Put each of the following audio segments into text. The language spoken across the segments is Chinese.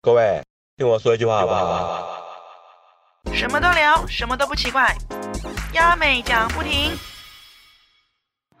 各位，听我说一句话好不好？什么都聊，什么都不奇怪。亚美讲不停。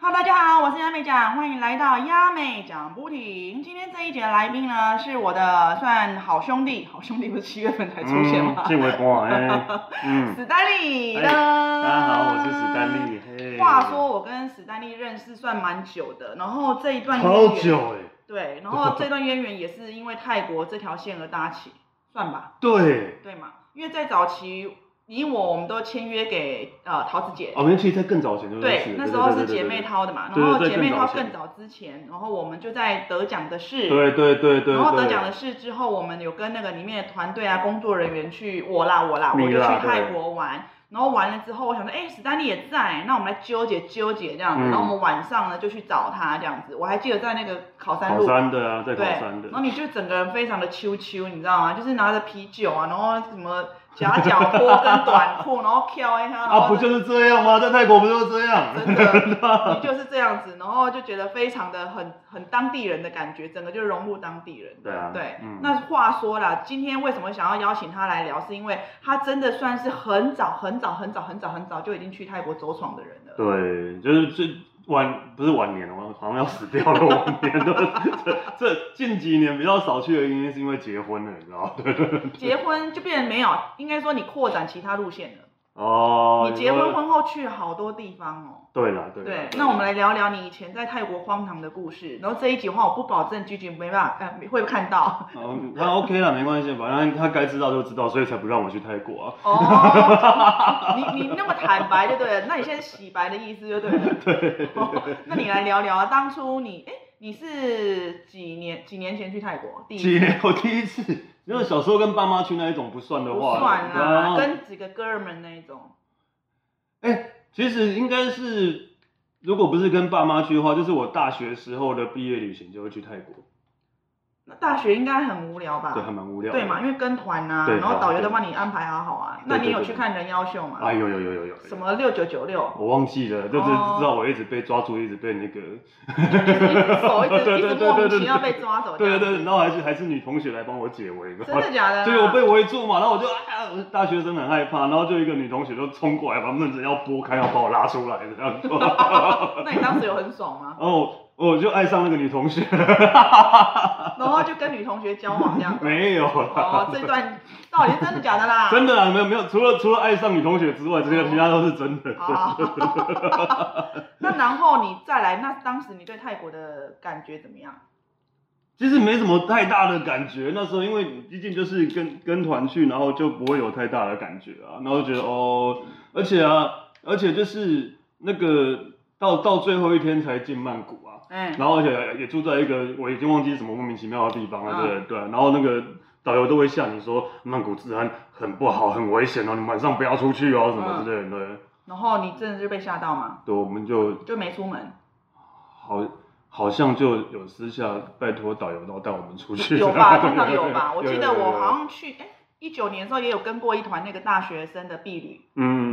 Hello，大家好，我是亚美讲，欢迎来到亚美讲不停。今天这一节的来宾呢，是我的算好兄弟，好兄弟不是七月份才出现吗？嗯、是微博哎， 嗯，史丹利。哎大家好，我是史丹。利。嘿话说我跟史丹利认识算蛮久的，然后这一段超渊源久哎，对，然后这段渊源也是因为泰国这条线而搭起，算吧。对，对嘛？因为在早期，你我我们都签约给呃桃子姐，哦，没有，其实在更早前就认识对了，那对时候对是对姐妹对淘的嘛，对然后对姐妹淘更更早早之前，然后我们就在得奖的事，对对对对，然后得对奖的事之后，我们有跟那个里面的团队啊、工作人员去，我啦我啦，我你就去啦对泰国玩。然后完了之后，我想说，哎、史丹利也在，那我们来纠结纠结这样子。嗯然后我们晚上呢就去找他这样子。我还记得在那个考山考路，山的啊，在考对，山的然，后你就整个人非常的秋秋，你知道吗？就是拿着啤酒啊，然后什么夹脚拖跟短裤，然后飘一下，然后 啊，不就是这样吗？在泰国不就是这样？真 的，你就是这样子，然后就觉得非常的很很当地人的感觉，整个就融入当地人。对啊，对，嗯，那话说啦，今天为什么想要邀请他来聊，是因为他真的算是很早很早很早很早很早就已经去泰国走闯的人了。对，就是最晚不是晚年了，我好像要死掉了，晚年的这这近几年比较少去的原因是因为结婚了，你知道吗？对对对，结婚就变成没有，应该说你扩展其他路线了。哦，你结说婚婚后去好多地方哦。对了对对啦，那我们来聊聊你以前在泰国荒唐的故事。然后这一集的话，我不保证菊菊没办法，呃，会不会看 到。哦，那 OK 了，没关系，反正他该知道就知道，所以才不让我去泰国啊。哦， 你你那么坦白就对了，那你现在洗白的意思就对了。 对，哦那你来聊聊当初你，哎，你是几年几年前去泰国？第一次几年我第一次，因为小时候跟爸妈去那一种不算的不话，算对啊啦，跟几个哥们那一种。哎、其实应该是，如果不是跟爸妈去的话，就是我大学时候的毕业旅行就会去泰国，那大学应该很无聊吧？对，还蛮无聊的。啊对嘛，因为跟团啊，对然后导游对都帮你安排好好啊。那对你有对去对看人妖秀吗？哎呦呦呦呦呦，什？么六九九六？我忘记了，就是哦知道我一直被抓住，一直被那个， 手一直一直莫名其妙被抓走。对对对，然后还是还是女同学来帮我解围，真的假的啦？所以我被围住嘛，然后我就啊，我大学生很害怕，然后就一个女同学就冲过来把闷子要拨开，要把我拉出来这样子。那你当时有很爽 吗？然后我就爱上那个女同学，然后就跟女同学交往这样。没有啦，哦，这段到底是真的假的啦？ 真的啦，没有没有，除了除了爱上女同学之外，这些其他都是真的。啊。哦 那然后你再来，那当时你对泰国的感觉怎么样？其实没什么太大的感觉，那时候因为毕竟就是跟跟团去，然后就不会有太大的感觉啊，然后觉得哦，而且啊，而且就是那个到到最后一天才进曼谷啊，哎，然后而且也住在一个我已经忘记是什么莫名其妙的地方了，嗯对不对？对啊，然后那个导游都会吓你说曼谷治安很不好，很危险哦，你晚上不要出去哦，什嗯么之类的。对然后你真的就被吓到吗？对，我们就就没出门，好好像就有私下拜托导游，然后带我们出去。有 吧？通常有吧？我记得有有有我有好像去哎一九年的时候也有跟过一团那个大学生的婢旅，嗯，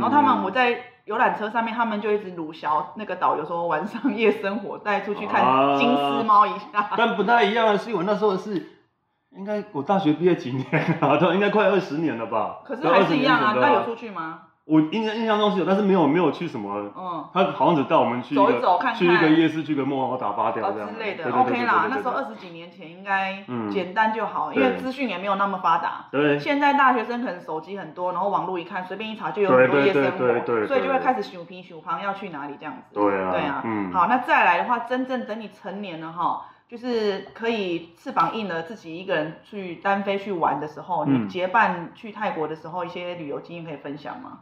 然后他们我在游览车上面，他们就一直鲁小那个导游说晚上夜生活带出去看啊金丝猫一 下。但不太一样的是，我那时候是应该我大学毕业几年啊？ 都应该快二十年了吧？可是对还是一样20啊，年前那的有出去吗？我印象印象中是有，但是没有没有去什么嗯，他好像只带我们去一个走一走看看去一个夜市，去个梦，然后打发掉啊这样之类的对对对，OK 啦。对那对对时候二十几年前应该嗯简单就好，因为对资讯也没有那么发达。对现在大学生可能手机很多，然后网络一看，随便一查就有很多对夜对生对对对活，对所以就会开始数皮数旁要去哪里这样子。对啊对啊，嗯好，那再来的话，真正等你成年了哈，就是可以翅膀硬了，自己一个人去单飞去玩的时候，嗯你结伴去泰国的时候，一些旅游经验可以分享吗？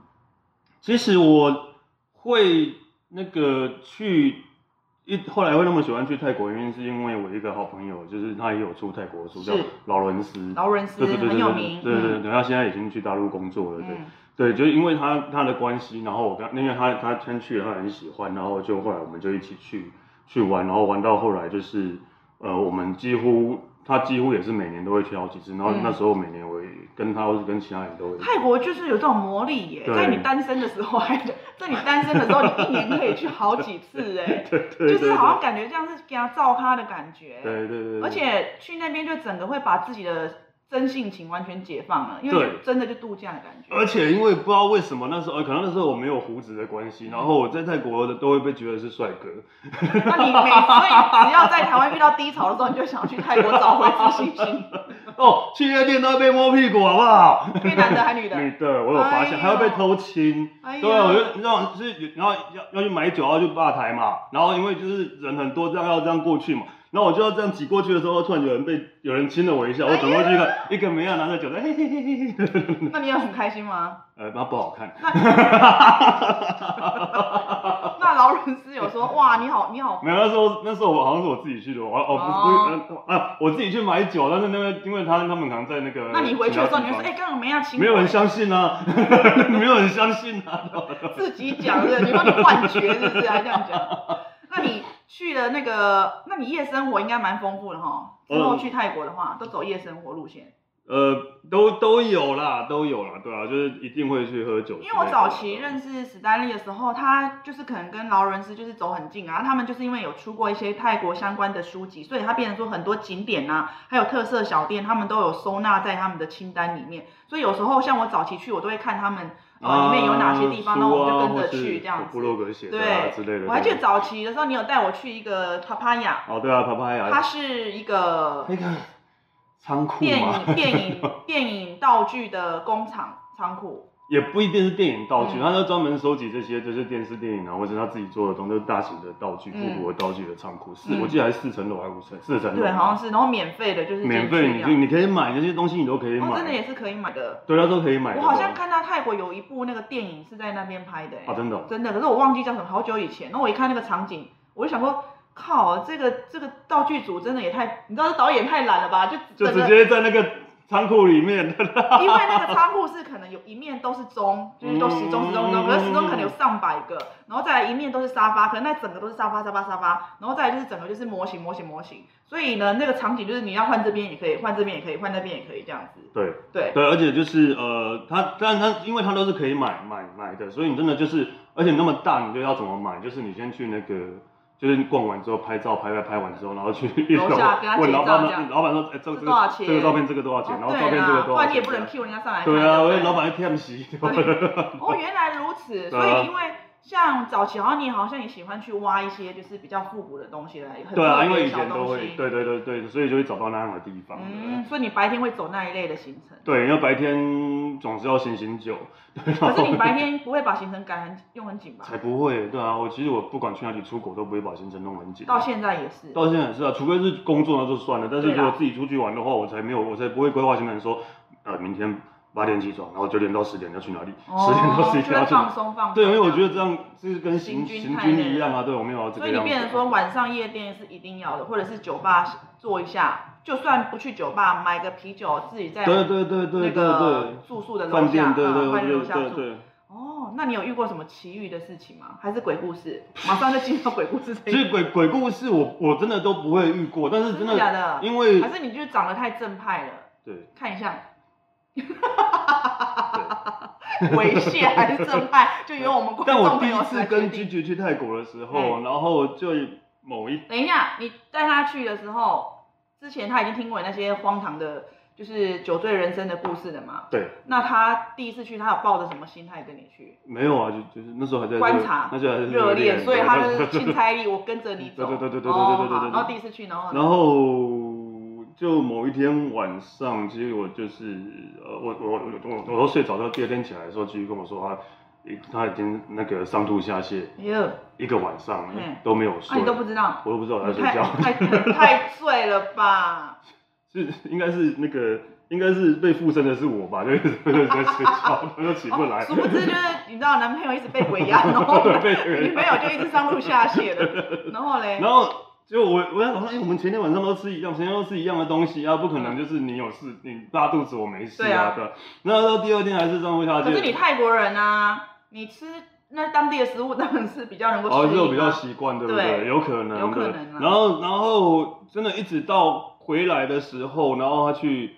其实我会那个去一后来会那么喜欢去泰国，原因是因为我一个好朋友，就是他也有出泰国书，是叫劳伦斯。劳伦斯对对对很对有对名，对对嗯对，他现在已经去大陆工作了，对。嗯对，就是因为他他的关系，然后我跟因为他他先去了，他很喜欢，然后就后来我们就一起去去玩，然后玩到后来就是呃，我们几乎他几乎也是每年都会去好几次，然后嗯那时候每年我也跟他或是跟其他人都会去。泰国就是有这种魔力耶，对在你单身的时候还， 在你单身的时候，你一年可以去好几次哎， 对对就对对是好像感觉这样是给他照咖的感觉。对对对对，而且去那边就整个会把自己的真性情完全解放了，因为对就真的就度假的感觉。而且因为不知道为什么那时候，呃可能那时候我没有胡子的关系，然后我在泰国的都会被觉得是帅哥。那你每所以只要在台湾遇到低潮的时候，你就想去泰国找回自信 心，哦，去夜店都会被摸屁股，好不好？越男的还女的。女的，我有发现，哎呦还要被偷亲。哎呀对啊，我就你知道，就是然后要要去买酒，要去吧台嘛，然后因为就是人很多，这样要这样过去嘛，然后我就要这样挤过去的时候，突然有人被有人亲了我一下，我转过去一看，一个美亚拿着酒在嘿嘿嘿嘿嘿，那你也很开心吗？呃，那不好看。那那劳伦斯有说哇，你好，你好，没有，那时候那时候我好像是我自己去的，我我不是不是呃啊，我自己去买酒，但是那个因为他他们可能在那个，那你回去的时候你就说，哎，刚刚没要亲我，没有人相信啊，没有人相信啊，自己讲的，你帮你幻觉是不是？还这样讲？那你去了那个，那你夜生活应该蛮丰富的哈。之后去泰国的话，都走夜生活路线。呃，都都有啦，都有啦，对啊，就是一定会去喝酒之类的。因为我早期认识史丹利的时候，他就是可能跟劳伦斯就是走很近啊，他们就是因为有出过一些泰国相关的书籍，所以他变成说很多景点啊，还有特色小店，他们都有收纳在他们的清单里面。所以有时候像我早期去，我都会看他们呃啊，里面有哪些地方，然后我就跟着去这样布洛子。格写的啊对之类的。我还记得早期的时候，你有带我去一个 Papaya，哦，对啊，啪啪呀，它是一个那个仓库电嘛，影电影电影道具的工厂仓库。 也不一定是电影道具，嗯他就专门收集这些，就是电视、电影啊，或者他自己做的东西，就是大型的道具、嗯复古的道具的仓库。四，嗯我记得还是四层楼还是五层，四层楼。对，好像是，然后免费的，就是进去免费，这你样就你可以买这些东西，你都可以哦，真的买。也是可以买的。对，他都可以买。我好像看到泰国有一部那个电影是在那边拍的、欸，啊，真的哦。真的，可是我忘记叫什么，好久以前。那我一看那个场景，我就想说，靠，这个这个道具组真的也太，你知道这导演太懒了吧？就就整个直接在那个仓库里面。 因为那个仓库是可能有一面都是钟，就是都时钟时钟时嗯钟，可是时钟可能有上百个，然后再来一面都是沙发，可能那整个都是沙发沙发沙发，然后再来就是整个就是模型模型模型，所以呢，那个场景就是你要换这边也可以，换这边也可以，换那边也可以这样子，对对。对，而且就是呃，它但它因为它都是可以买买买的，所以你真的就是，而且那么大，你就要怎么买？就是你先去那个，就是逛完之后拍照，拍拍拍完之后，然后去一楼楼下跟他问结老账板这样老板说，哎、这个这多少钱这个照片这个多少哦钱？然后对照片啦这个多不少然钱？你也不能 Q 人家上来看。对啊，不我老板会啊骗 洗。哦，原来如此，所以因为像早期好像你好像也喜欢去挖一些就是比较复古的东西来，很对啊，特因别为的以小前都东会西，。对对对对，所以就会找到那样的地方。嗯，所以你白天会走那一类的行程，对，因为白天总是要醒醒酒， 对，可是你白天不会把行程赶很用很紧吧？才不会。对啊，我其实我不管去哪里出国，都不会把行程弄很紧。啊到现在也是。到现在也是啊，除非是工作那就算了，但是对啦如果自己出去玩的话，我才没有，我才不会规划行程说，呃，明天八点起床，然后九点到十点要去哪里，十点到哦，十就一点要是去哪放里。松放松。对，因为我觉得这样就是跟行行军行太军累一了样啊，对我没有要这所个以你样子。变成说晚上夜店是一定要的，或者是酒吧坐一下，就算不去酒吧，买个啤酒自己在对对对对对那个对，住宿的楼饭下，店对对嗯饭店对楼下对住。对。哦，那你有遇过什么奇遇的事情吗？还是鬼故事？马上就进到鬼故事这其一实鬼鬼故事我我真的都不会遇过，但是真真的假的因为还是你就是长得太正派了？对看一下，对。猥亵还是正派，就由我们观但我众第朋一友次来跟决居定。居去泰国的时候，嗯然后就某一等一下，你带他去的时候，之前他已经听过你那些荒唐的，就是酒醉人生的故事了嘛？对那他第一次去，他有抱着什么心态跟你去？没有啊，就就是那时候还在观热察那时候还在热恋，所以他对就是钦差力，我跟着 你走。对对对对对对哦对对对好对对然后第一次去，然后呢然后就某一天晚上，其实我就是呃，我我我我我都睡着了。第二天起来的时候，继续跟我说他他已经那个上吐下泻哎呦，一个晚上嗯都没有啊睡，你都不知道，我都不知道我在你睡太觉，太太醉了吧？ 是应该是那个应该是被附身的是我吧，就是 就是在睡觉， 他就起不来。哦殊不 知就是你知道，男朋友一直被鬼压，然后被女朋友就一直上吐下泻的，然后 嘞，然后就我我在想说，哎、我们前天晚上都吃一样，前天都吃一样的东西啊，不可能就是你有事，你拉肚子我没嗯事对啊对吧、然后到第二天还是上不下去，可是你泰国人啊，你吃那当地的食物当然是比较能够哦，适这应、啊种比较习惯，对不对？对有可能，有可对能啊然后，然后真的一直到回来的时候，然后他去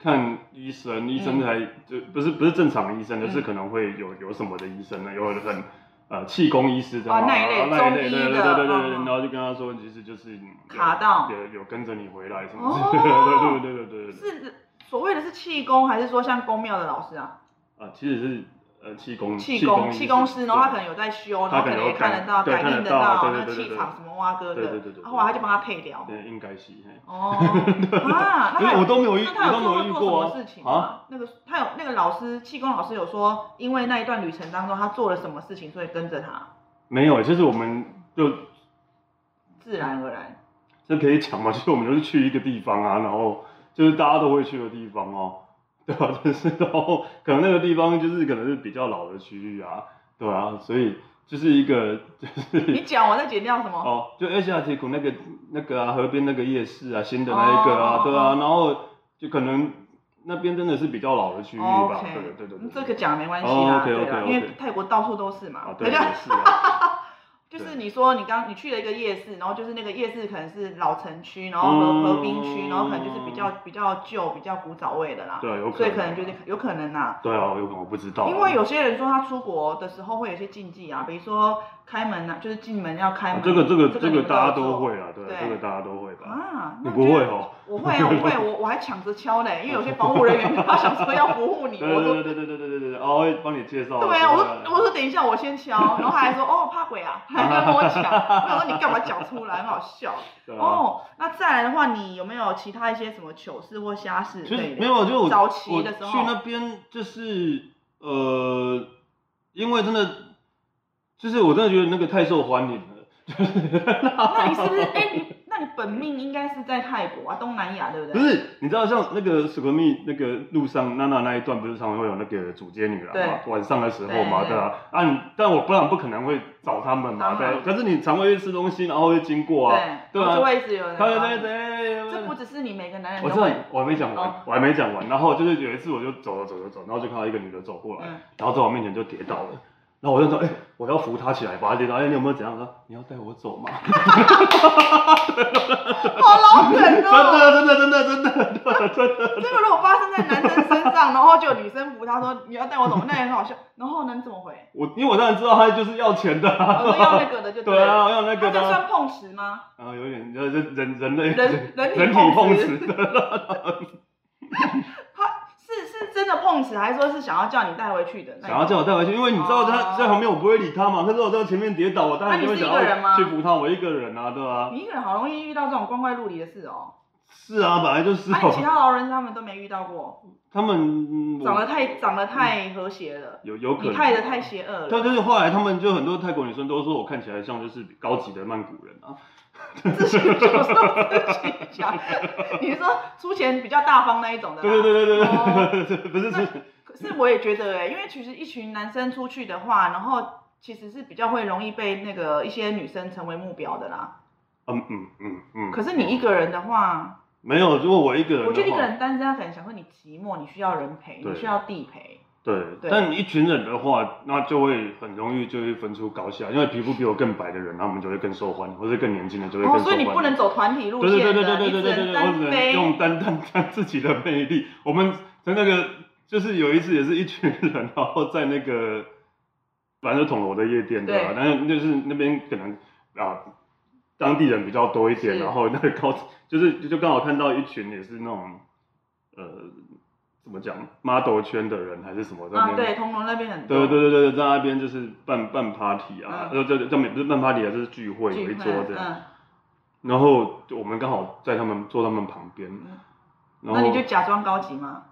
看医生，医生嗯才、就不是不是正常医生，就是嗯可能会有有什么的医生呢，有很呃气功医师这样哦啊，那一类然后那一类，中医对对对的对对对嗯嗯然后就跟他说，其实就是你有卡到有有跟着你回来什么哦之类的，对对对对对对对。是所谓的是气功，还是说像宫庙的老师啊？啊，其实是呃气功气功气功师，然后他可能有有在修，然他后可可能能也有看感得到、对感看应得得到啊到对那对对气对场对什么挖哥对的对对对，啊后来他就帮他配疗。对应该是嘿，哦啊， 那他有我都没有遇那他我都没有有遇做过过啊什么事情啊吗？那个他有那个老师气功老师有说，因为那一段旅程当中他做了什么事情，所以跟着他，没有，就是我们就自然而然。这可以 讲嘛，就是我们就是去一个地方啊，然后就是大家都会去的地方哦， 对吧、就是然后可能那个地方就是可能是比较老的区域啊，对啊，所以就是一个 就是你讲，我再剪掉什么？哦，就 H R T 谷那个那个啊，河边那个夜市啊，新的那一个啊，哦对啊，然后就可能那边真的是比较老的区域吧，哦 OK，嗯对对对对对。这个讲没关系哦啦， ，OK，OK，OK 对啦，因为泰国到处都是嘛啊，， 对，人也家是啊，就是对你说你刚你去了一个夜市，然后就是那个夜市可能是老城区，然后河嗯河滨区，然后可能就是比较比较旧、比较古早味的啦，对，有可能，啊所以可能就是有可能啦。对啊，有可能我不知道啊，因为有些人说他出国的时候会有一些禁忌啊，比如说开门啊，就是进门要开啊门。这个这个这这个大家都会啊。啊，对啊，对这个大家都会吧？啊，你那不觉会得？哦？我会啊，我会，我我还抢着敲嘞，因为有些防护人员他想说要服务对 你，我对说。对对对对对对，哦，会帮你介绍啊。对啊，我说对我说等一下，我先 敲，然后他还说哦怕鬼啊，还跟我抢，我想说你干嘛讲出来，很好笑。对啊哦，那再来的话，你有没有其他一些什么糗事或瞎事就之是类的？没有，啊就我早期的时我候去那边就是呃，因为真的，就是我真的觉得那个太受欢迎了。 啊那你是不是？哎、你那你本命应该是在泰国啊，东南亚对不对？不是，你知道像那个 s u p 那个路上娜娜那一段，不是常常会有那个主街女郎嘛，对晚上的时候嘛，对对啊，啊，你但我不然不可能会找他们嘛，当对然啊，可是你常会去吃东西，然后会经过啊，对，哦对啊就会一直有人。他会在在，这不只是你每个男人我都知道会你，，我还没讲完哦，我还没讲完。然后就是有一次，我就走了走着走，然后就看到一个女的走过来， 嗯然后在我面前就跌倒了。然后我就说，哎、我要扶她起来，把她跌倒。哎、你有没有怎样？她说你要带我走吗？好老梗哦。真的，真的，真的，真的，真的。这个如果发生在男生身上，然后就有女生扶他说你要带我走，那也很好笑。然后能怎么回？我因为我当然知道她就是要钱的、啊，我说哦要那个的就 对了。啊，要那他个这的啊、算碰瓷吗？然后有点就是人人 类人人体人体碰瓷 的，他是是真的碰瓷，还是说是想要叫你带回去的那一种？想要叫我带回去，因为你知道她在旁边，我不会理她嘛。可是我在前面跌倒，我当然那哦啊你就会是想一个人吗要去扶她，我一个人啊，对啊，你一个人好容易遇到这种光怪陆离的事哦。是啊，本来就是、那你其他老人他们都没遇到过，他们嗯我长得太长得太和谐了，有有可你能，太的太邪恶了。但就是后来他们就很多泰国女生都说我看起来像就是高级的曼谷人啊，哦自己就说自己讲， 你是说出钱比较大方那一种的啦？对对对对对哦对对对， 不是那是，可是我也觉得哎、因为其实一群男生出去的话，然后其实是比较会容易被那个一些女生成为目标的啦。嗯嗯嗯嗯，可是你一个人的话，没有，如果我一个人的话，我觉得一个人单身，他可能想说你寂寞，你需要人陪，对你需要地陪。对，对但一群人的话，那就会很容易就会分出高下，因为皮肤比我更白的人，他们就会更受欢迎，或者更年轻的就会更哦，受所欢以迎。你不能走团体路对对线的，对对对对对你只能对对，我只单能飞。用单单单自己的魅力。我们在那个就是有一次也是一群人，然后在那个反正就铜锣的夜店对吧？对然后就是那边可能啊当地人比较多一点，是然后那个高就是就刚好看到一群也是那种呃怎么讲 model 圈的人还是什么在啊，那边对，铜锣那边很多。对对对对，在那边就是办办 party 啊，嗯呃、对对，这不是办 party 啊，就是聚会有聚一会桌这样。嗯，然后我们刚好在他们坐他们旁边，嗯然那后你就假装高级嘛。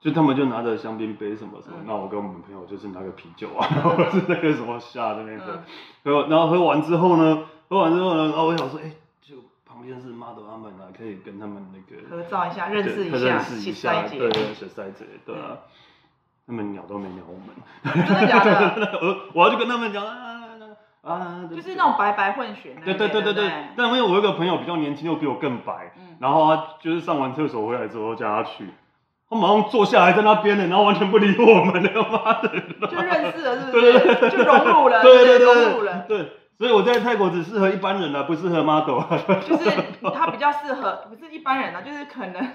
就他们就拿着香槟杯什么什么，嗯那我跟我们朋友就是拿个啤酒啊，然后是那个什么下那边喝嗯，，喝、然后喝完之后呢，喝完之后呢，然后我想说，哎、就旁边是 model 他们啊，可以跟他们那个嗯合照一下，认识一对下，认识一七下，塞对姐，对对，雪塞姐，对啊，他们鸟都没鸟我们，真的假的？ 我我要去跟他们讲啊啊啊，就是那种白白混血那一对类对对对对对不，但因为我有一个朋友比较年轻，又比我更白，嗯，然后他就是上完厕所回来之后叫他去，他马上坐下来在那边呢，然后完全不理我们了，妈的！就认识了，是不对对是？就融入了，对对不对融入对了，对，所以我在泰国只适合一般人啊，不适合 model 啊。就是他比较适合，不是一般人啊，就是可 能，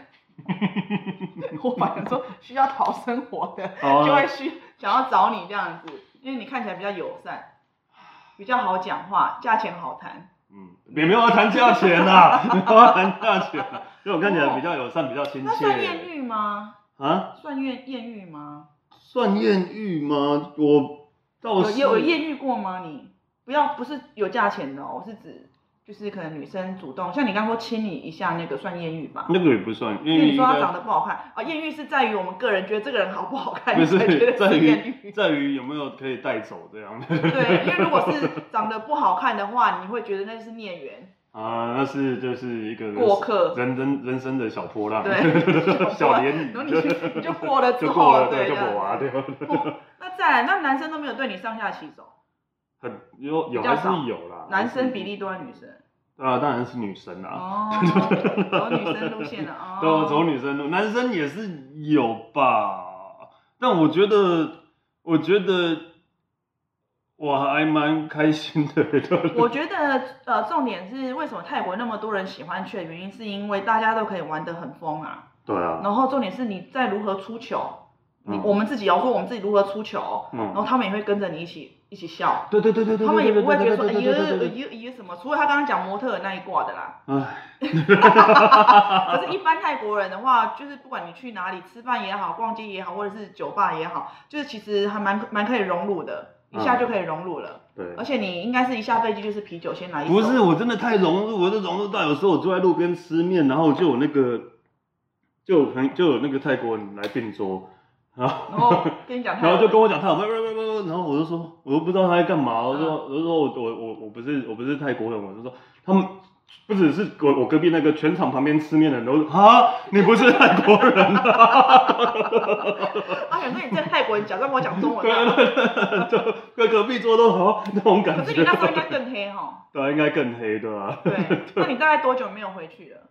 我反正说需要讨生活的，好就啊会需想要找你这样子，因为你看起来比较友善，比较好讲话，价钱好谈。嗯，也没有要谈价钱呐、没有要谈价钱啊、因为我看起来比较友善，比较亲那算艳切。遇吗？啊，算艳艳遇吗？算艳遇吗？我倒有是有艳遇过吗你？不要，不是有价钱的哦，我是指就是可能女生主动，像你刚说亲你一下那个算艳遇吧？那个也不算，因艳为遇你应说他该长得不好看啊，艳遇是在于我们个人觉得这个人好不好看，不你才觉是得在是艳于遇。在于有没有可以带走这样的对，因为如果是长得不好看的话，你会觉得那是孽缘。啊，那是就是一个人过客人人人生的小波浪，对小涟然后漪，你就你就过了之后就过了，对，对就这样过完对吧？哦那再来，那男生都没有对你上下其手，很有有比较还少是有啦，男生比例多还是女生？啊，当然是女生啦，哦，走女生路线的哦。都走女生路，男生也是有吧，但我觉得，我觉得我还蛮开心的，我觉得呃，重点是为什么泰国那么多人喜欢去的原因，是因为大家都可以玩得很疯啊。对啊，然后重点是你在如何出糗，你嗯我们自己要说我们自己如何出糗，然后嗯，他们也会跟着你一起一起笑，对对对对对，他们也不会觉得说哎呦对对对对哎对对呦哎呦什么，除了他刚刚讲模特儿那一挂的啦。哎，可是，一般泰国人的话，就是不管你去哪里吃饭也好，逛街也好，或者是酒吧也好，就是其实还蛮蛮可以融入的，一下嗯就可以融入了。对而。且你应该是一下飞机就是啤酒先来一手。不是，我真的太融入，我就融入到有时候我坐在路边吃面，然后就有那个，就有朋就有那个泰国人来订桌，然后 然后跟你讲，然后就跟我讲他有不不不不，然后我就说，我都不知道他在干嘛，我说啊我就说我我我我不是我不是泰国人，我就说他们不只是我我隔壁那个全场旁边吃面的人都说啊，你不是泰国人 啊，啊，想说你这个泰国人假装跟我讲中文 对啊，对对，就跟隔壁桌都好那种可感是你觉那，时候应该更黑 哈。对，啊应该更黑对吧？对，那你大概多久没有回去哦了？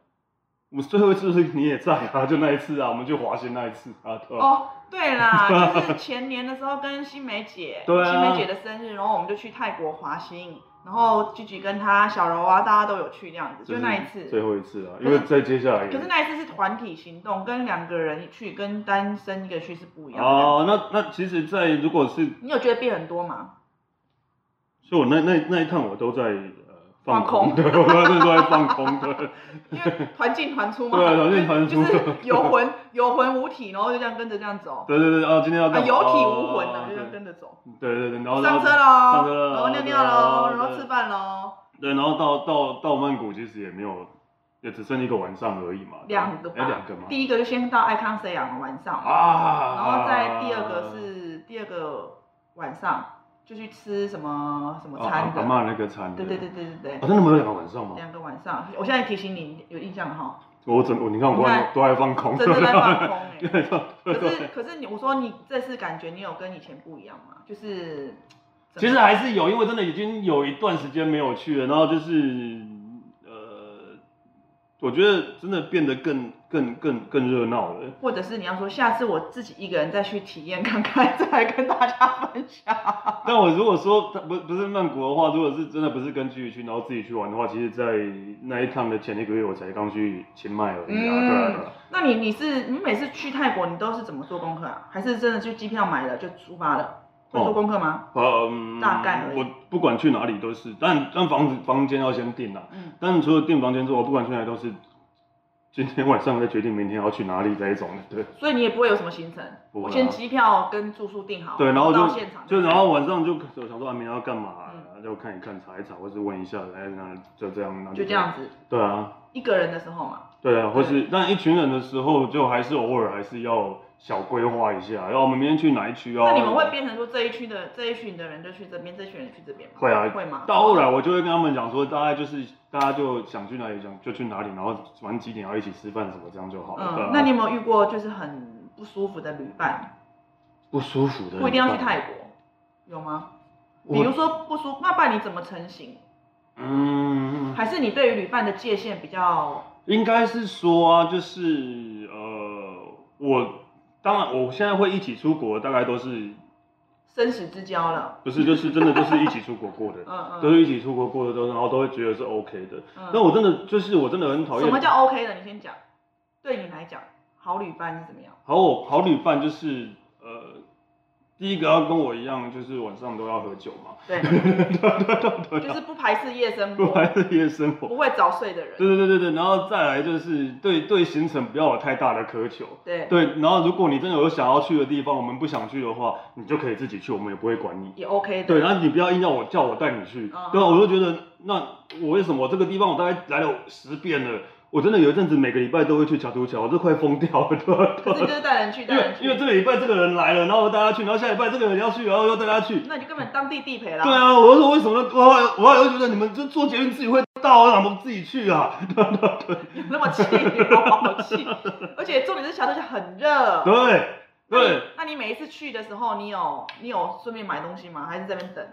我最后一次是你也在啊，就那一次啊，我们去华欣那一次啊，对吧？哦，对啦，就是前年的时候跟新梅姐， 对啊新梅姐的生日，然后我们就去泰国华欣，然后菊菊跟她小柔啊，大家都有去这样子，就就是那一次。最后一次啊，因为再接下来也可是那一次是团体行动，跟两个人去，跟单身一个去是不一样的。哦，那那其实，在如果是你有觉得变很多吗？所以我那那那一趟我都在呃放放空 对，我那都在放空，对，因 为团进团出嘛，对啊团进团出就是有魂有魂无体，然后就这样跟着这样走，对对对，哦，今天要啊干嘛有体无魂哦的，就这样跟着走。对对对，然后上车上喽，车了然后尿尿喽，对然后吃饭喽，对，然后到到到曼谷其实也没有，也只剩一个晚上而已嘛，对两个哎两吧个。嘛，第一个就先到爱康塞养晚上，啊，然后再第二个是第二个晚上就去吃什么什么餐哦啊阿的，妈那个餐，对对对，对对啊对，真的没有两个晚上吗？两个晚上，我现在提醒你有印象了哈，我整我你 看我都在你看都在放空，真的在放空哎、 对对对可是可是你我说你这次感觉你有跟以前不一样吗？就是其实还是有，因为真的已经有一段时间没有去了，然后就是呃，我觉得真的变得更更更更热闹了。或者是你要说下次我自己一个人再去体验看看，再来跟大家分享。 但我如果说它不不是曼谷的话，如果是真的不是跟剧去，然后自己去玩的话，其实，在那一趟的前一个月，我才刚去清迈而已啊，嗯对啊对啊。那你你是你每次去泰国，你都是怎么做功课啊？还是真的就机票买了就出发了？会做功课吗？哦嗯，大概而已我不管去哪里都是，但但房子房间要先定啊。嗯，但除了订房间之外，不管去哪里都是今天晚上再决定明天要去哪里这一种的，对。所以你也不会有什么行程。不会啊我先机票跟住宿订好，对，然后到就现场嗯就再然后晚上就我想说啊，明天要干嘛、然后就看一看查一查，或是问一下，哎，那就这样，那就这。样子，对啊，一个人的时候嘛。对啊，或是但一群人的时候，就还是偶尔还是要小规划一下，然后我们明天去哪一区哦。那你们会变成说这一区的这一群的人就去这边，这群人去这边吗？会啊会吗？到后来我就会跟他们讲说，大概就是大家就想去哪里想就去哪里，然后晚几点要一起吃饭什么，这样就好了。对啊嗯，那你有没有遇过就是很不舒服的旅伴？不舒服的，不一定要去泰国，有吗？我比如说不舒，那不然你怎么成型？嗯，还是你对于旅伴的界限比较应该是说啊，就是呃，我当然我现在会一起出国，大概都是生死之交了？，不是就是真的就是一起出国过的 嗯都嗯。是一起出国过的，都然后都会觉得是 OK 的。嗯但我真的就是我真的很讨厌什么叫 OK 的？你先讲，对你来讲，好旅伴是怎么样？好我好旅伴，就是呃，第一个要跟我一样，就是晚上都要喝酒嘛， 对，对对对就对，是不排斥夜生不还活，是夜生活。不会早睡的人。对对对对对，然后再来就是对对行程不要有太大的苛求。对，对，然后如果你真的有想要去的地方，我们不想去的话，你就可以自己去，我们也不会管你。也 OK 的。对，然后你不要硬要我叫我带你去，嗯对啊，我就觉得那我为什么这个地方我大概来了十遍了，我真的有一阵子每个礼拜都会去桥头桥，我都快疯掉了，对吧？对 可是你吧就是带人去，带因为人去，因为这个礼拜这个人来了，然后我带他去，然后下礼拜这个人要去，然后又带他去。那你就根本当地地陪啦。对啊，我就说为什么呢我我我又觉得你们就坐捷运自己会到，让我们自己去啊？ 对对对有那么气，我好 气。而且重点是小豆角很热。对对，那你每一次去的时候，你有你有顺便买东西吗？还是在那边等？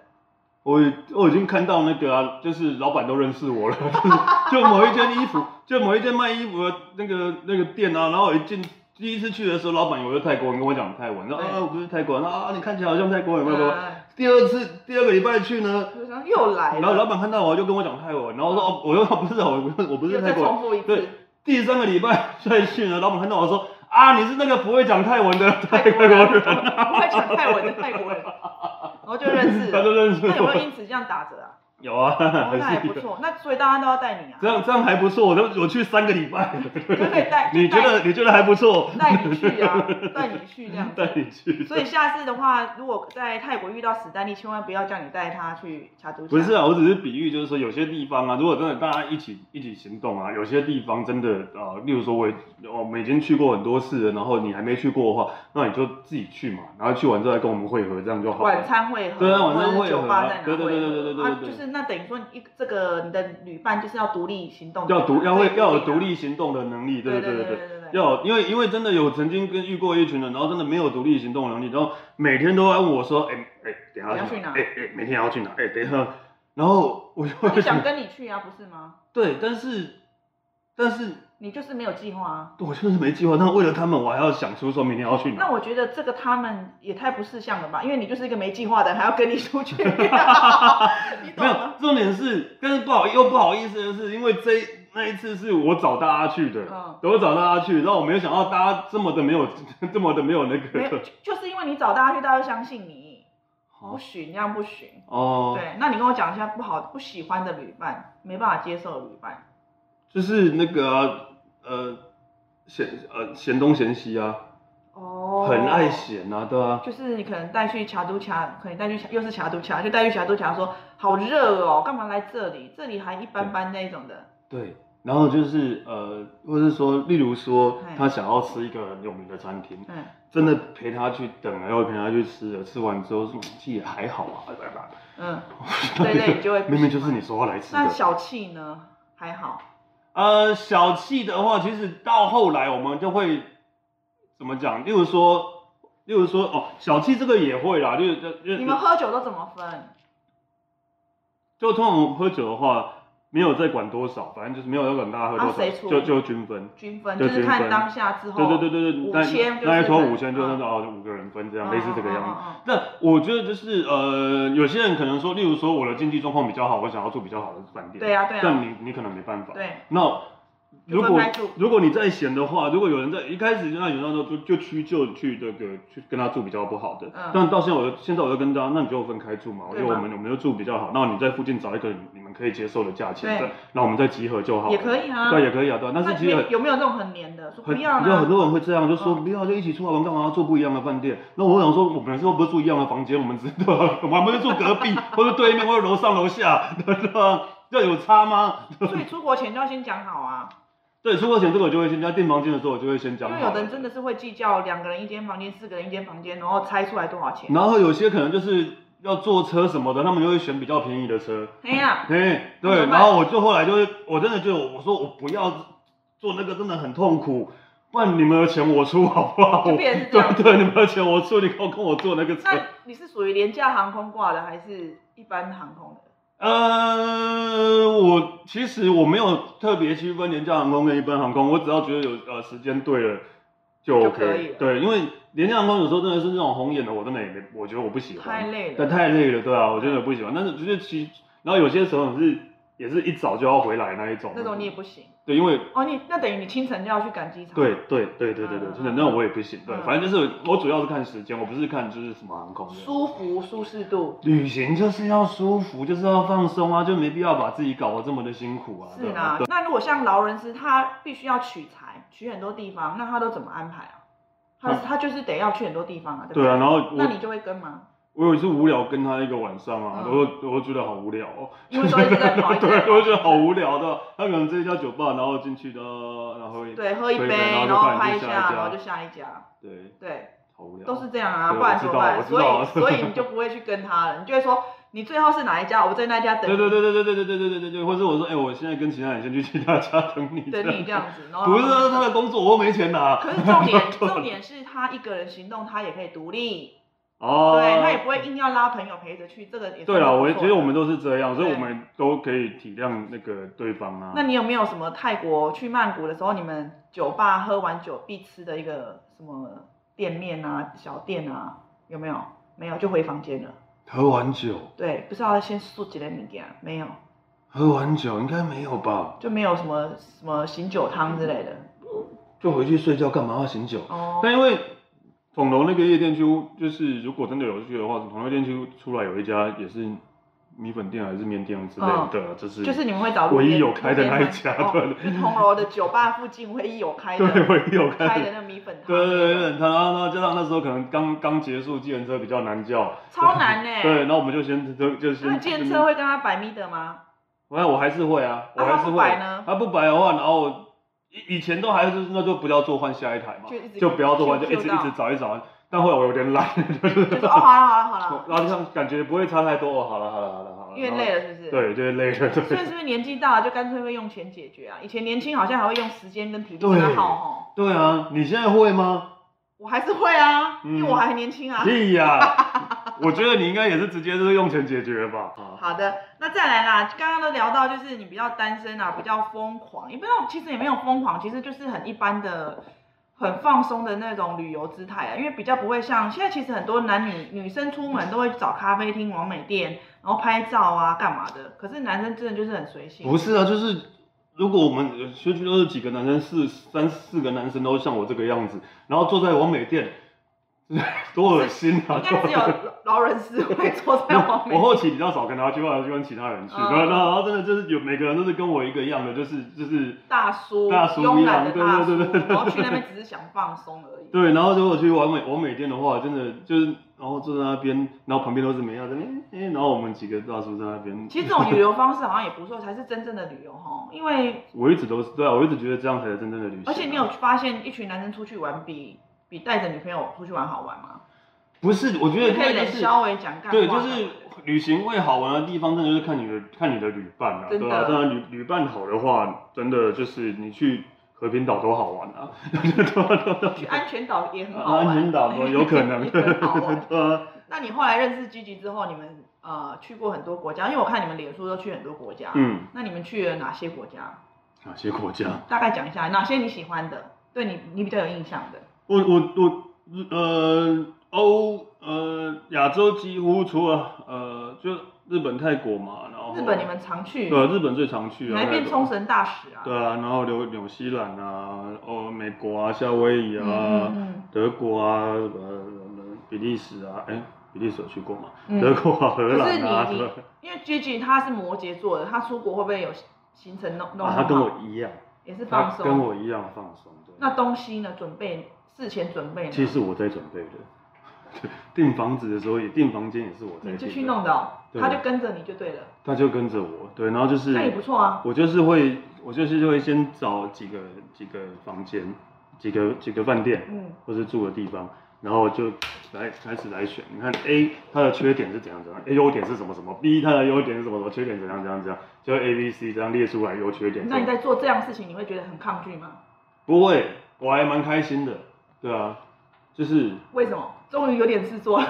我已我已经看到那个啊，就是老板都认识我了， 就是就某一间衣服，就某一间卖衣服的那个那个店啊，然后我一进第一次去的时候，老板有个泰国人跟我讲泰文，然后对啊我不是泰国人啊，你看起来好像泰国人，有没有？哎第二次第二个礼拜去呢，我就想又来然后了，老板看到我就跟我讲泰文，然后我说 哦，我又不是啊我不是我不是又泰再国人，重复一对次。，第三个礼拜 再去呢，老板看到我说啊，你是那个不会讲泰文的泰国人，不会讲泰文的泰国人，然后就认识他了。就认识那有没有我，因此这样打折啊？有啊，哦，那还 还是不有。错。那所以大家都要带你啊这，样这样还不错，我都我去三个礼拜了，就可以带，你就带觉得你觉得还不错，带你去啊，带你去这样 带子。你去。啊所以下次的话，如果在泰国遇到史丹利，千万不要叫你带他去查都。不是啊，我只是比喻，就是说有些地方啊，如果真的大家一起一起行动啊，有些地方真的啊、呃例如说我也哦我们已经去过很多次了，然后你还没去过的话，那你就自己去嘛，然后去完之后再跟我们会合，这样就好晚了。餐会合，哦对啊晚餐会合啊或者是酒吧在哪会合对对对对对对对啊就是那等于说你一这个你的旅伴就是要独立行动，要独要会对要有独，立行动的能力，对啊对对对对对。对对。要有因为因为真的有曾经跟遇过一群人，然后真的没有独立行动能力，然后每天都在问我说，哎、哎、等一下去你要去哪哎哎、每天要去哪？哎、等一下，然后我就那会就想跟你去啊，不是吗？对，但是但是你就是没有计划啊。我就是没计划，但为了他们，我还要想出说明天要去哪。那我觉得这个他们也太不识相了吧，因为你就是一个没计划的，还要跟你出 去， 你懂没有吗？，重点是，但是不好又不好意思的是，因为这一那一次是我找大家去的，嗯 我找大家去，然后我没有想到大家这么的没有 这么的没有那没有，个就就是因为你找大家去，大家会相信你，好不许你这样不许。哦，对，那你跟我讲一下不好、不喜欢的旅伴，没办法接受的旅伴。就是那个啊、呃嫌呃嫌东嫌西啊，哦很爱闲啊，对啊，就是你可能带去卡都卡，可能带去卡又是卡都卡，就带去卡都卡说好热哦，干嘛来这里？这里还一般般那一种的。对。然后就是呃，或是说，例如说嗯，他想要吃一个很有名的餐厅，嗯，真的陪他去等了，又陪他去吃了，吃完之后说嗯其实也还好啊，拜拜。嗯，对对 你就会不喜欢明明就是你说要来吃那的。小气呢？还好，呃，小气的话，其实到后来我们就会怎么讲？例如说，例如说哦，小气这个也会啦，就是就你们喝酒都怎么分？就通常我们喝酒的话，没有在管多少，反正就是没有要管大家喝啊谁多出少，就就均分。均分，对就是均看分当下之后。对对对对对，五那千就是那一坨分五千就是嗯那哦，就五个人分这嗯，样，类似这个样子。子。那我觉得就是呃，有些人可能说，例如说我的经济状况比较好，我想要住比较好的饭店，对啊对啊但你你可能没办法。对，那就如果分开住如果你再闲的话，如果有人在一开始那有人说就就屈就去那个去跟他住比较不好的，嗯但到现在我就现在我就跟大家，那你就分开住嘛，我觉得对我嘛们我们就住比较好，那你在附近找一个你你们可以接受的价钱，对对，那我们再集合就好了，也可以啊。对，也可以啊，对啊，但那是你其实们很。有没有那种很黏的？说不很，要你知道啦很。多人会这样，就说嗯不要就一起出来玩，干嘛要住不一样的饭店？那我想说，我们又不是住一样的房间，我们只是 我们不是住隔壁，或者对面，或者楼上楼下， 对吧？这有差吗？所以出国前就要先讲好啊，对，出国前这个我就会先加订房间的时候，我就会先因讲好。为有的人真的是会计较两个人一间房间、四个人一间房间，然后猜出来多少钱。然后有些可能就是要坐车什么的，他们就会选比较便宜的车。哎呀，嘿，那怎对，么办然后我就后来就是，我真的就我说我不要做那个，真的很痛苦。不然你们的钱我出好不好？就变成是这样对对，你们的钱我出，你跟我跟我坐那个车。那你是属于廉价航空挂的，还是一般航空的？呃，我其实我没有特别区分廉价航空跟一般航空，我只要觉得有呃时间对了就就 OK。可以了对，因为廉价航空有时候真的是那种红眼的，我真的也没，我觉得我不喜太欢，累但了。太累了，对啊，我真的不喜欢。但是就是其，然后有些时候你是也是一早就要回来那一种，那种你也不行，对，因为哦，你那等于你清晨就要去赶机场。对对对对对对，嗯真的，那我也不行。对嗯，反正就是我主要是看时间，我不是看就是什么航空的。舒服舒适度旅行就是要舒服，就是要放松啊，就没必要把自己搞得这么的辛苦啊。是对吧啦。那如果像劳伦斯，他必须要取材，取很多地方，那他都怎么安排啊？他、嗯他就是得要去很多地方啊，对不对啊，然后那我你就会跟吗？我有一次无聊跟他一个晚上啊，嗯我就我就觉得好无聊 哦，因为都一直在跑一直在跑 对，我就觉得好无聊的。他可能这一家酒吧，然后进去的，然后对，喝一对杯，然后然就后换拍一下，家然后就下一家，对，对，好无聊，都是这样啊，对不然怎么办？我知所道以我知道所以你就不会去跟他了，你就会说你最后是哪一家，我在那家等对你，对对对对对对对对对对对，或者我说，哎，我现在跟其他人先去其他家等你，等你这 样子，然后不是啊他的工作，我又没钱拿。可是重 点重点是他一个人行动，他也可以独立，哦，对他也不会硬要拉朋友陪着去，这个也是对很啦，不我也错觉得我们都是这样，所以对我们都可以体谅那个对方啊。那你有没有什么泰国去曼谷的时候，你们酒吧喝完酒必吃的一个什么店面啊、小店啊，有没有？没有就回房间了。喝完酒，对，不是要先宿几点米店啊？没有，喝完酒应该没有吧？就没有什么什么醒酒汤之类的。就回去睡觉，干嘛要醒酒？哦，但因为统楼那个夜店区，就是如果真的有去的话，统楼夜店区出来有一家也是米粉店还是面店之类的，啊就是哦就是你们会找路唯一边有开的那一家，路边对摊哦、就铜锣的酒吧附近唯一有开的， 对，唯一有开开的的。那个米粉汤，对对对对，然后然后加上那时候可能刚刚结束，计程车比较难叫，超难呢、对，然后我们就先就就那先。你哎啊计程车会跟他摆米的 吗？我我还是会啊，我啊还他是不会。摆呢他不摆的话，然后我以以前都还是那就不要做换下一台嘛就一直，就不要做换，就一就直一到直找一找。但后来我有点懒，就是就说哦，好了好了好 了，然后像感觉不会差太多。哦，好了好了好了好了。因为累了是不是？然后。。对，就是累了，所以对。是不是年纪大了就干脆会用钱解决啊？以前年轻好像还会用时间跟体力跟他耗吼，对啊，你现在会吗？我还是会啊，嗯因为我还年轻啊。屁呀、 我觉得你应该也是直接就是用钱解决吧。啊好的，那再来啦，刚刚都聊到就是你比较单身啊，比较疯狂，也不知道其实也没有疯狂，其实就是很一般的、很放松的那种旅游姿态啊，因为比较不会像现在其实很多男女女生出门都会找咖啡厅、完美店，然后拍照啊干嘛的，可是男生真的就是很随性。不是啊，就是如果我们呃学区都是几个男生，四三四个男生都像我这个样子，然后坐在完美店， 多恶心啊！应该只有劳劳伦斯会坐 在完美我后期比较少跟他去，后来就跟其他人去，嗯然后然后真的就是有每个人都是跟我一个样的，就是就是大叔，大叔慵一懒样的对大叔，对对对然后去那边只是想放松而已。对，然后如果去完美完美店的话，真的就是然后坐在那边，然后旁边都是美亚在那边，哎、哎然后我们几个大叔在那边，其实这种旅游方式好像也不错，才是真正的旅游哈。因为我一直都是对啊，我一直觉得这样才是真正的旅行啊、而且你有发现，一群男生出去玩比比带着女朋友出去玩好玩吗？不是？我觉你得可以那个冷是稍微讲干话。对，就是旅行会好玩的地方，真的就是看你的看你的旅伴啊，真的对啊，当然旅旅伴好的话，真的就是你去和平岛都好玩啊， 去安全岛也很好玩。安全岛都有可能，也对 很好玩。啊，那你后来认识吉吉之后，你们呃去过很多国家，因为我看你们脸书都去很多国家。。嗯，啊那你们去了哪些国家？哪些国家？嗯大概讲一下哪些你喜欢的，对你你比较有印象的。我我我呃欧呃亚洲几乎除了呃就日本泰国嘛，然后日本你们常去？哦对啊日本最常去啊，来变那个冲绳大使啊！对啊，然后纽纽西兰啊，哦美国啊，夏威夷啊。嗯嗯德国啊，什么比利时啊，哎、比利时有去过吗？嗯德国啊，荷可是兰啊，你你什么，因为 Gigi 他是摩羯座的，他出国会不会有行程弄弄啊，好他跟我一样，也是放他跟松。我一样放松。对那东西呢？准备事前准备呢？其实我在准备的， 订房子的时候也订房间也是我在你就订的去弄的哦，对他就跟着你就对了，他就跟着我，对，然后就是那也不错啊。我就是会，我就是会先找几个几个房间，几个几个饭店，嗯，或是住的地方，然后就来开始来选。你看 A 它的缺点是怎样怎样，A 优点是什么什么，B 它的优点是什么什么，缺点怎样怎样怎样，就 A、B、C 这样列出来优缺点。嗯那你在做这样的事情，你会觉得很抗拒吗？不会，我还蛮开心的，对啊，就是为什么？终于有点事做了，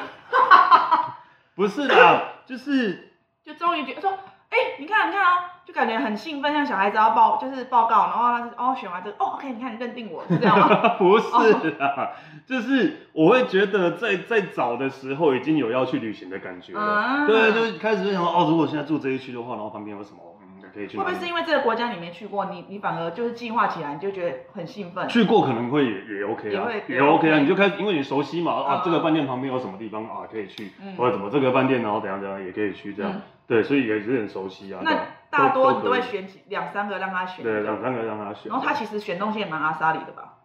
不是啦，就是就终于觉得说，哎、你看你看哦，就感觉很兴奋，像小孩子要报就是报告，然后他是哦选完这个，哦 OK，你看你认定我是这样 吗？ 不是啊啦， 就是我会觉得在在早的时候已经有要去旅行的感觉了。啊对，就是开始就想说哦，如果现在住这一区的话，然后旁边有什么，嗯，可以去会不哪会里。是因为这个国家你没去过，你你反而就是计划起来，你就觉得很兴奋？去过可能会也也 OK 啊也会，也 OK 啊，你就开始因为你熟悉嘛，嗯，啊这个饭店旁边有什么地方啊可以去嗯，或者怎么这个饭店然后怎样怎样也可以去这嗯样，对，所以也是很熟悉啊。对那啊大多都你都会可以选几两三个让他选，对两三个让他选，然后他其实选东西也蛮阿莎里的吧？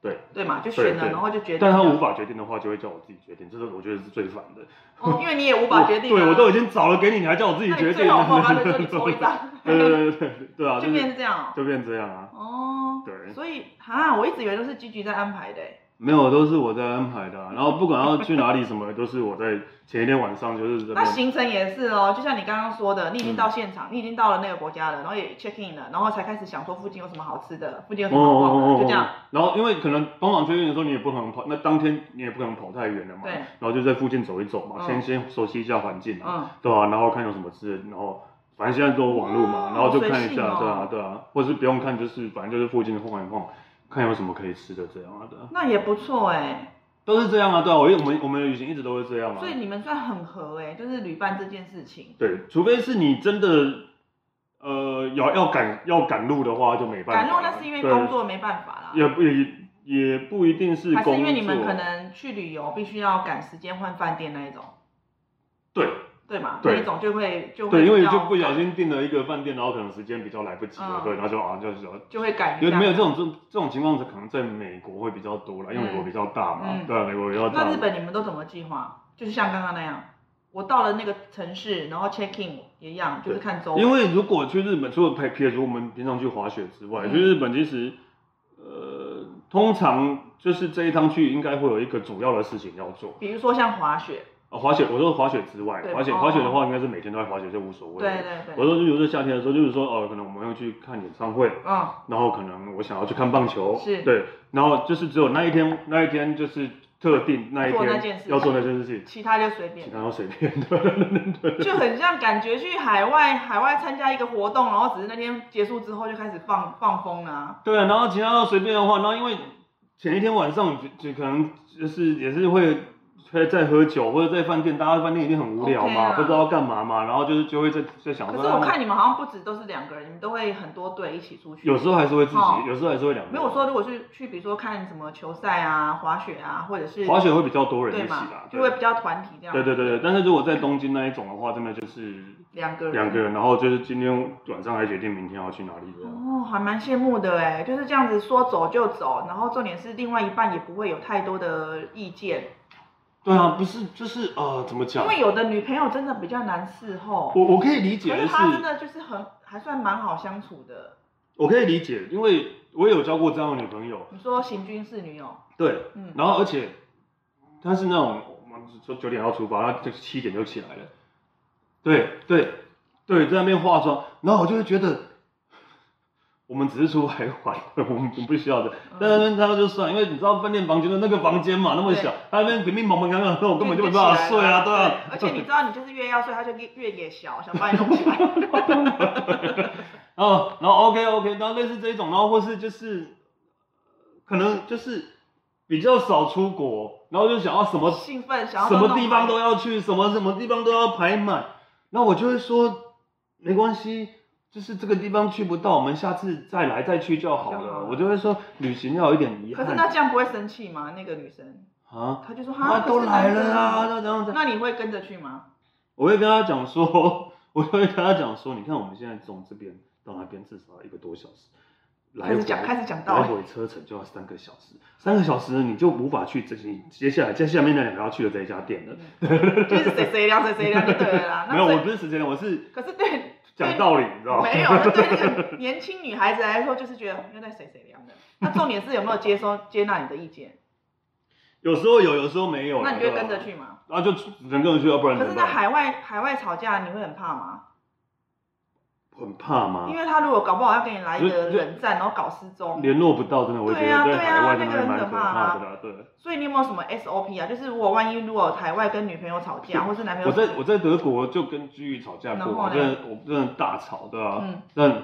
对对嘛，就选对了，对然后就决定。但他无，法决定的话，就会叫我自己决定，这是我觉得是最烦的。哦，因为你也无法决定啊。对 我都已经找了给你，你还叫我自己那决你定最后报告就说你抽一张， 对对对对对 啊，就变成这样就变这样啊。哦。哦，对所以哈，我一直以为都是吉吉在安排的欸。没有，都是我在安排的啊、然后不管要去哪里什么，都是我在前一天晚上就是这那边。嗯行程也是哦，就像你刚刚说的，你已经到现场，你已经到了那个国家了，然后也 check in 了，然后才开始想说附近有什么好吃的，附近哦有什么好逛的，就这样。。然后因为可能通常确定的时候，你也不可能跑，那当天你也不可能跑太远了嘛。对然后就在附近走一走嘛，嗯先先熟悉一下环境啊，嗯，对啊，然后看有什么吃的，然后反正现在都有网络嘛哇，然后就看一下，好随性哦对啊对啊，或者是不用看，就是反正就是附近晃一晃，看有什么可以吃的这样啊，对啊，那也不错哎，都是这样啊，对啊，我因为我们我们的旅行一直都是这样嘛。啊所以你们算很合哎，就是旅伴这件事情。对，除非是你真的，呃，要要赶要赶路的话就没办法感了。动那是因为对工作没办法啦，也不也也不一定是还工是作，因为你们可能去旅游必须要赶时间换饭店那一种，对对吗？对那一种就会就会对，因为比较就不小心订了一个饭店，然后可能时间比较来不及了，嗯对，然后就啊就是说就会赶一因为下。没有这种这种这种情况，可能在美国会比较多啦，因为美国比较大嘛，嗯对啊，美国比较大。那日本你们都怎么计划？就是像刚刚那样，我到了那个城市，然后 check in 也一样，就是看周围。因为如果去日本，除了撇撇除我们平常去滑雪之外，嗯去日本其实，呃，通常就是这一趟去应该会有一个主要的事情要做。比如说像滑雪，啊，滑雪，我说滑雪之外对，滑雪哦滑雪的话，应该是每天都在滑雪就无所谓。对对我对，说，就比如说夏天的时候，就是说，哦，可能我们要去看演唱会，嗯，然后可能我想要去看棒球，是对，然后就是只有那一天，那一天就是特定那一做那件天事情要做那件事情，其他就随其便，他都随便。对对对对就很像感觉去海外海外参加一个活动，然后只是那天结束之后就开始放放风啦、对啊，然后其他都随便的话，然后因为前一天晚上就就可能就是也是会会在喝酒或者在饭店，大家饭店一定很无聊 OK 嘛啊不知道干嘛嘛，然后就是就会在在想可说，是我啊看你们好像不止都是两个人，你们都会很多队一起出去。有时候还是会自己，哦有时候还是会两个人。没有我说，如果是去比如说看什么球赛啊、滑雪啊，或者是滑雪会比较多人对一起嘛啦，，就会比较团体这样。对对对对，但是如果在东京那一种的话，真的就是两个人。两个人，然后就是今天晚上还决定明天要去哪里这样。哦，还蛮羡慕的哎，就是这样子说走就走，然后重点是另外一半也不会有太多的意见，对啊，不是就是呃，怎么讲因？为有的女朋友真的比较难伺候，我我可以理解可的是是，她真的就是很还算蛮好相处的。我可以理解，因为我也有交过这样的女朋友，你说行军式女友，对，嗯，然后而且他是那种我们说九点要出发，他就七点就起来了，对对对，在那边化妆，然后我就会觉得我们只是出来玩， 我们不需要的。嗯但是他就算，因为你知道饭店房间的那个房间嘛，那么小对，他那边明明蒙蒙刚刚，那我根本就没起来办法睡啊，了对啊。而且你知道，你就是越要睡，她就越越也小，想把你弄起来。 然后然后 OK OK，然后类似这一种，然后或是就是可能就是比较少出国，然后就想要什么兴奋，想要什么弄地方好都要去，什么什么地方都要排满。那我就会说，没关系，就是这个地方去不到，我们下次再来再去就好就好了了。我就会说，旅行要有一点遗可是那憾这样不会生气吗？那个女生，啊，她就说哈，啊都来了啊，可是那这样子，那你会跟着去吗？我会跟他讲说， 我会跟他讲说，你看我们现在从这边到那边至少要一个多小时，来开始讲，回开始讲道来理。回车程就要三个小时，三个小时你就无法去这你接下来接下面那两个要去的这一家店了。 就是谁谁凉谁谁凉就对了啦。那 没有，啊所以我不是时间，我是可是对讲道理，你知道吗？没有，那对那个年轻女孩子来说，就是觉得又在谁谁凉的。那重点是有没有接收接纳你的意见？有时候有，有时候没有。那你就会跟着哦对吧，啊去吗？然后就只能跟着去，要不然可怎是，么在办？海外海外吵架，你会很怕吗？很怕吗因？为他如果搞不好要跟你来一个啊就就冷战，然后搞失踪，联络不到，真的，我觉对啊得对在啊海外真那个的很蛮可可怕啊怕的啦。对，所以你有没有什么 SOP 啊？就是我万一如果海外跟女朋友吵 架，或是男朋友，我在我在德国就跟居宇吵架然过，后嗯我呢真的我真的大吵，对吧？嗯，但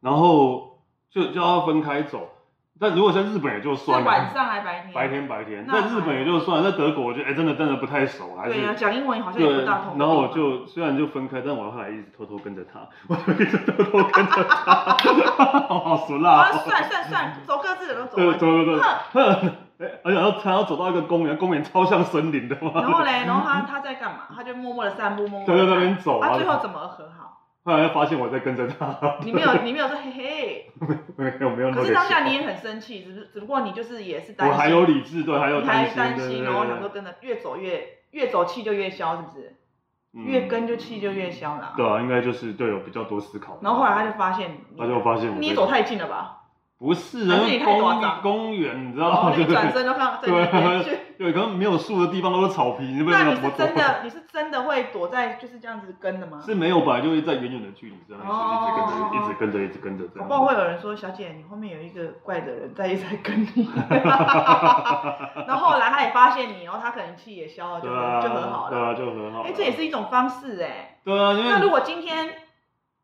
然后就就要分开走，但如果像日本也就算是了，晚上还白天？白天白天，那在日本也就算了，在德国我就哎、真的真的不太熟，还是对啊，讲英文好像也对，不大同。然后我就虽然就分开，但我后来一直偷偷跟着他，我就一直偷偷跟着他， 好熟啊，辣、哦。算算 算，走各自的都走对，完。走走走。哎，而且要他要走到一个公园，公园超像森林的嘛。然后嘞， 然后他他在干嘛？他就默默的散步，默默对地在那看边走啊啊，最后怎么和好？后来发现我在跟着他，你 没有，你没有说嘿嘿。没有没有那可么是当下可你惜也很生气，只是只不过你就是也是担我心，还有理智，对，还有你还心，担对对心，对然后想说跟着越走越越走气就越消，是不是？嗯越跟就气就越消了。对。啊，应该就是对有比较多思考。然后后来他就发现你，他就发现我你在走太近了吧？不是还啊，是你那太夸公张公园你知然后道吗？你转身就看到在对那边啊 去。对，可能没有树的地方都是草坪，你不知那道你怎么是走。真的，你是真的会躲在就是这样子跟的吗？是没有，本来就会在远远的距离这样哦一直一直跟着，一直跟着，一直跟着这我样。不会有人说，小姐，你后面有一个怪的人在一直在跟 你。然后后来他也发现你，然后他可能气也消了，就对和、啊，就和好对了。啊，就很好。哎、这也是一种方式哎、对啊，因那如为果今天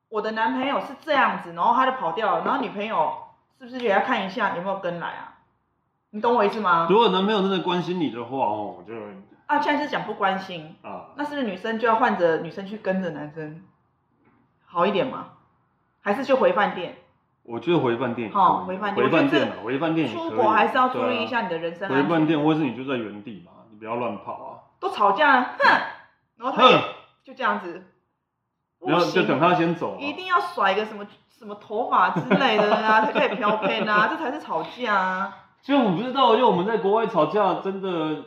我的男朋友是这样子，然后他就跑掉了，然后女朋友是不是也要看一下有没有跟来啊？你懂我意思吗？如果男朋友真的关心你的话，哦，就啊，现在是讲不关心，啊，那是不是女生就要换着女生去跟着男生，好一点吗？还是就回饭店？我觉得回饭店也可以，哦回饭店回饭我觉店得嘛，这回饭店也可以出国还是要注意一下你的人对身啊。回安全。饭店，或者是你就在原地嘛，你不要乱跑啊。都吵架了，哼，然后他也哼，就这样子，不然后就等行，他先走啊。一定要甩个什么什么头发之类的啊，才可以飘偏啊，这才是吵架啊。其实我不知道，因为我们在国外吵架真的，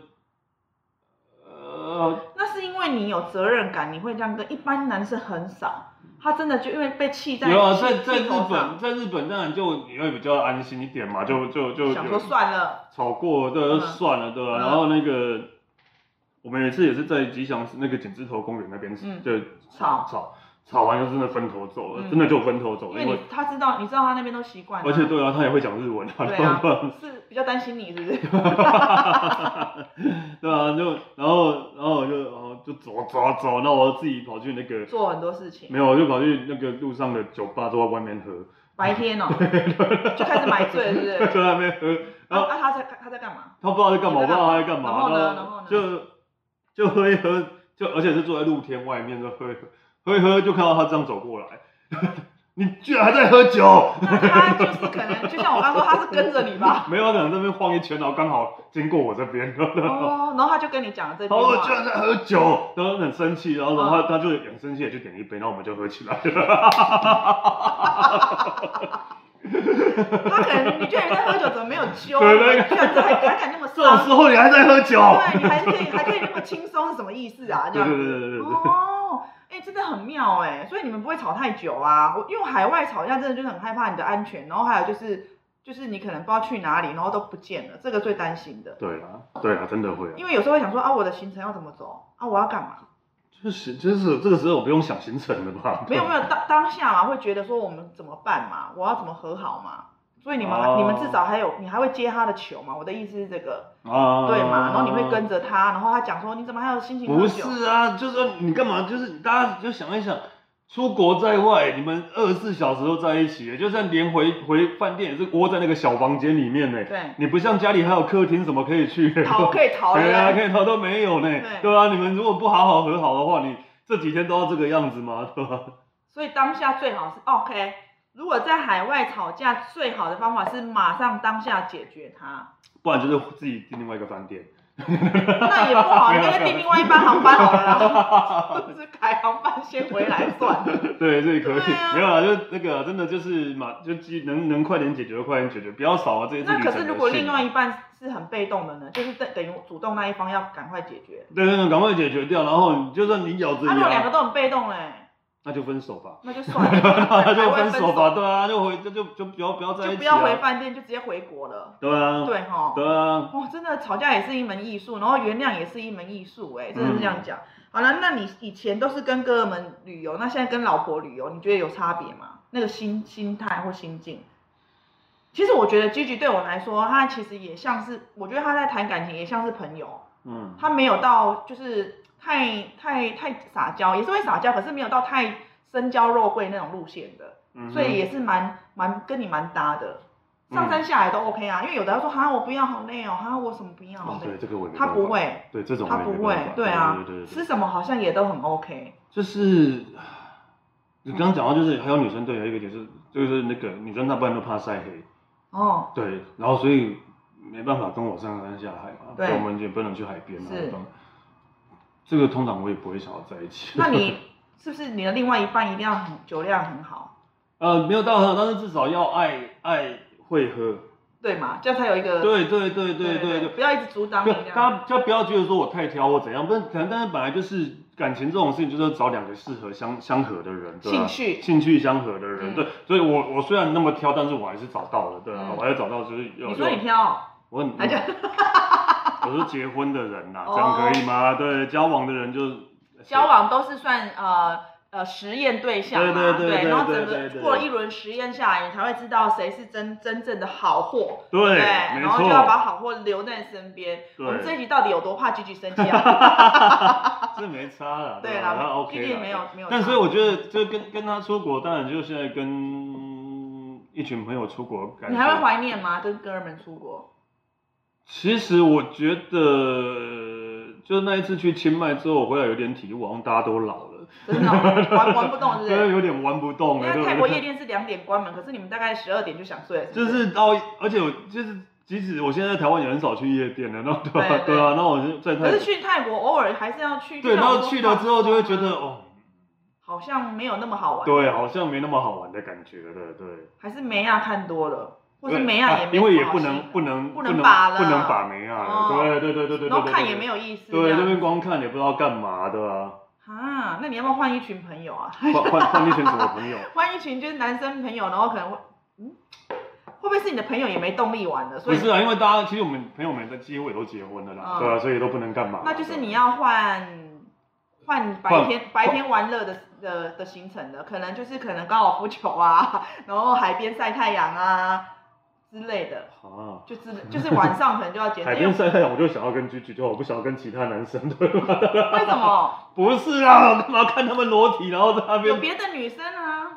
呃，那是因为你有责任感，你会这样跟一般男生很少，他真的就因为被气在有啊，气在在气日头本，上，在日本当然就你会比较安心一点嘛，就就就想有说算了，吵过，对，嗯就算了，对吧、嗯然后那个，我们有一次也是在吉祥寺那个剪枝头公园那边，嗯对，吵吵吵完就真的分头走了，嗯真的就分头走因了，为因为你他知道，你知道他那边都习惯了，而且对啊，他也会讲日文啊，对对啊吧？，是比较担心你是不是？ 对啊，就然后然后我就然后就走走啊走，那我自己跑去那个做很多事情，没有，我就跑去那个路上的酒吧，坐在外面喝，白 天哦，就开始买醉是不就是？在那边喝，然啊后啊，他在他在干嘛？他不知道在干嘛，我不知道他在干嘛，然后呢然后呢就就喝一喝，就而且是坐在露天外面就喝一喝，喝一喝就看到他这样走过来， 你居然还在喝酒？那他就是可能，就像我刚说，他是跟着你吧。没有，他可能在那边晃一圈，然后刚好经过我这边， 然后哦，然后他就跟你讲了这句我居然话，在喝酒，然后很生气，然后然嗯后他他就很生气，就点一杯，然后我们就喝起来了。他可能你居然在喝酒，怎么没有揪？对对居然还还敢那么 这种伤？时候你还在喝酒？对，你还可以还可以那么轻松，是什么意思啊？这对样对子。对对对对。哦，哎，真的很妙哎，所以你们不会吵太久啊？我因为海外吵架真的就是很害怕你的安全，然后还有就是就是你可能不知道去哪里，然后都不见了，这个最担心的。 对啊，对啊，真的会啊。因为有时候会想说啊，我的行程要怎么走啊，我要干嘛？就是就是这个时候我不用想行程了吧？没有没有当当下嘛，会觉得说我们怎么办嘛，我要怎么和好嘛。所以你们、哦你们至少还有你还会接他的球嘛？我的意思是这个， 啊，对嘛？然后你会跟着他，然后他讲说你怎么还有心情喝不酒？是啊，就是说你干嘛？就是大家就想一想，出国在外，你们二十四小时都在一起，就算连回回饭店也是窝在那个小房间里面呢。对，你不像家里还有客厅什么可以去，逃可以逃 对啊，的，可以逃都没有呢。对对啊，你们如果不好好和好的话，你这几天都要这个样子吗？ 对吧？所以当下最好是 OK。如果在海外吵架，最好的方法是马上当下解决它，不然就是自己订另外一个饭店。 那也不好，你干脆订另外一班航班好了啦， 就是改航班先回来算了。对，这里可以对，啊没有啦，就那个真的就是嘛，就基能能快点解决就快点解决，不要少了啊这一次那旅程可的是如果幸另福外一半是很被动的呢，就是等等于主动那一方要赶快解决。对对对，赶快解决掉，然后你就算你咬着啊，如果两牙，个都很被动嘞，那就分手吧，那就算 了，那就还会分手吧，，对啊，就回就就就不要不要在就一不起啊要回饭店，就直接回国了。对啊，对哈，对啊，哇，真的吵架也是一门艺术，然后原谅也是一门艺术，哎，真的是这嗯样讲。好了，那你以前都是跟哥们旅游，那现在跟老婆旅游，你觉得有差别吗？那个心心态或心境？其实我觉得 Gigi 对我来说，他其实也像是，我觉得他在谈感情也像是朋友，嗯，他没有到就是太太太撒娇，也是会撒娇，可是没有到太深交肉桂那种路线的，嗯哼所以也是蛮蛮跟你蛮搭的。上山下来都 OK 啊，因为有的人说哈我不要好累哦，哈我什么不要哦好，对，累，这个我也没他办不法，会，对这种他我也没不办会法，对啊对对对，吃对，什么好像也都很 OK。就是你刚刚讲到，就是还有女生对，还有一个点是，就是那个女生大半都怕晒黑，哦，对，然后所以没办法跟我上山下海嘛，对所以我们也不能去海边啊是，帮这个通常我也不会想要在一起。那 你是不是你的另外一半一定要很酒量很好，呃没有到很好，但是至少要爱爱会喝，对嘛？这样才有一个对对对对对对不。要一直阻挡不你要这，样。大家就不要觉得说我太挑或怎样，不是，可能但是本来就是感情这种事情，就是要找两个适合相相合的人，对、兴啊、趣兴趣相合的人，嗯对，所以我我虽然那么挑，但是我还是找到了，对啊，嗯我还是找到就是有你说有你挑，我很 嗯还是我是结婚的人呐、哦这样可以吗？对，交往的人就交。往都是算呃呃实验对象嘛，对对对对然后对整对个对过了一轮实验下来，你才会知道谁是真真正的好货，对，对，没然后就要把错，好货留在身边。对我们这一集到底有多怕 G G 生气啊？ 这没差啦，对啦啦那，OK 毕啦竟没有没有但差所以我觉得，就跟跟他出国，当然就现在跟一群朋友出国，感你觉还会怀念吗？跟哥们出国？其实我觉得，就那一次去清迈之后，我回来有点体悟，好像大家都老了，真 的哦玩玩不动，是真的不是？有点玩不动因了，为对泰不国对？夜店是两点关门，可是你们大概十二点就想睡了， 就是是到，而且我就是，即使我现在在台湾也很少去夜店了，那对啊对对对啊，那我就在不是。可泰是国，去泰国偶尔还是要去，对，就然像我后说去了之后就会觉嗯得，哦，好像没有那么好玩，对，好像没那么好玩的感觉了，对。还是梅亚看多了，或是对梅亚啊也没因为也什么不好吸引能不能不能把了不能把梅亚了，哦对对对对对对。然后看对也没有意思。对，这那样边光看也不知道干嘛的啊，啊，那你要不要换一群朋友啊？ 换 换换一群什么朋友？换一群就是男生朋友，然后可能会，嗯，会不会是你的朋友也没动力玩 了？所不以是啊，因为大家其实我们朋友们的几乎也都结婚了啦，嗯对啊，所以都不能干嘛。那就是你对要换换白天白天玩乐的的的行程的，可能就是可能高尔夫球啊，然后海边晒太阳啊之类的，啊。就是就是晚上可能就要结束。海因边为晒太阳，我就想要跟居居就好，我不想要跟其他男生，对吧？为什么 不是啊，我干嘛看他们裸体，然后在那有边？别的女生啊？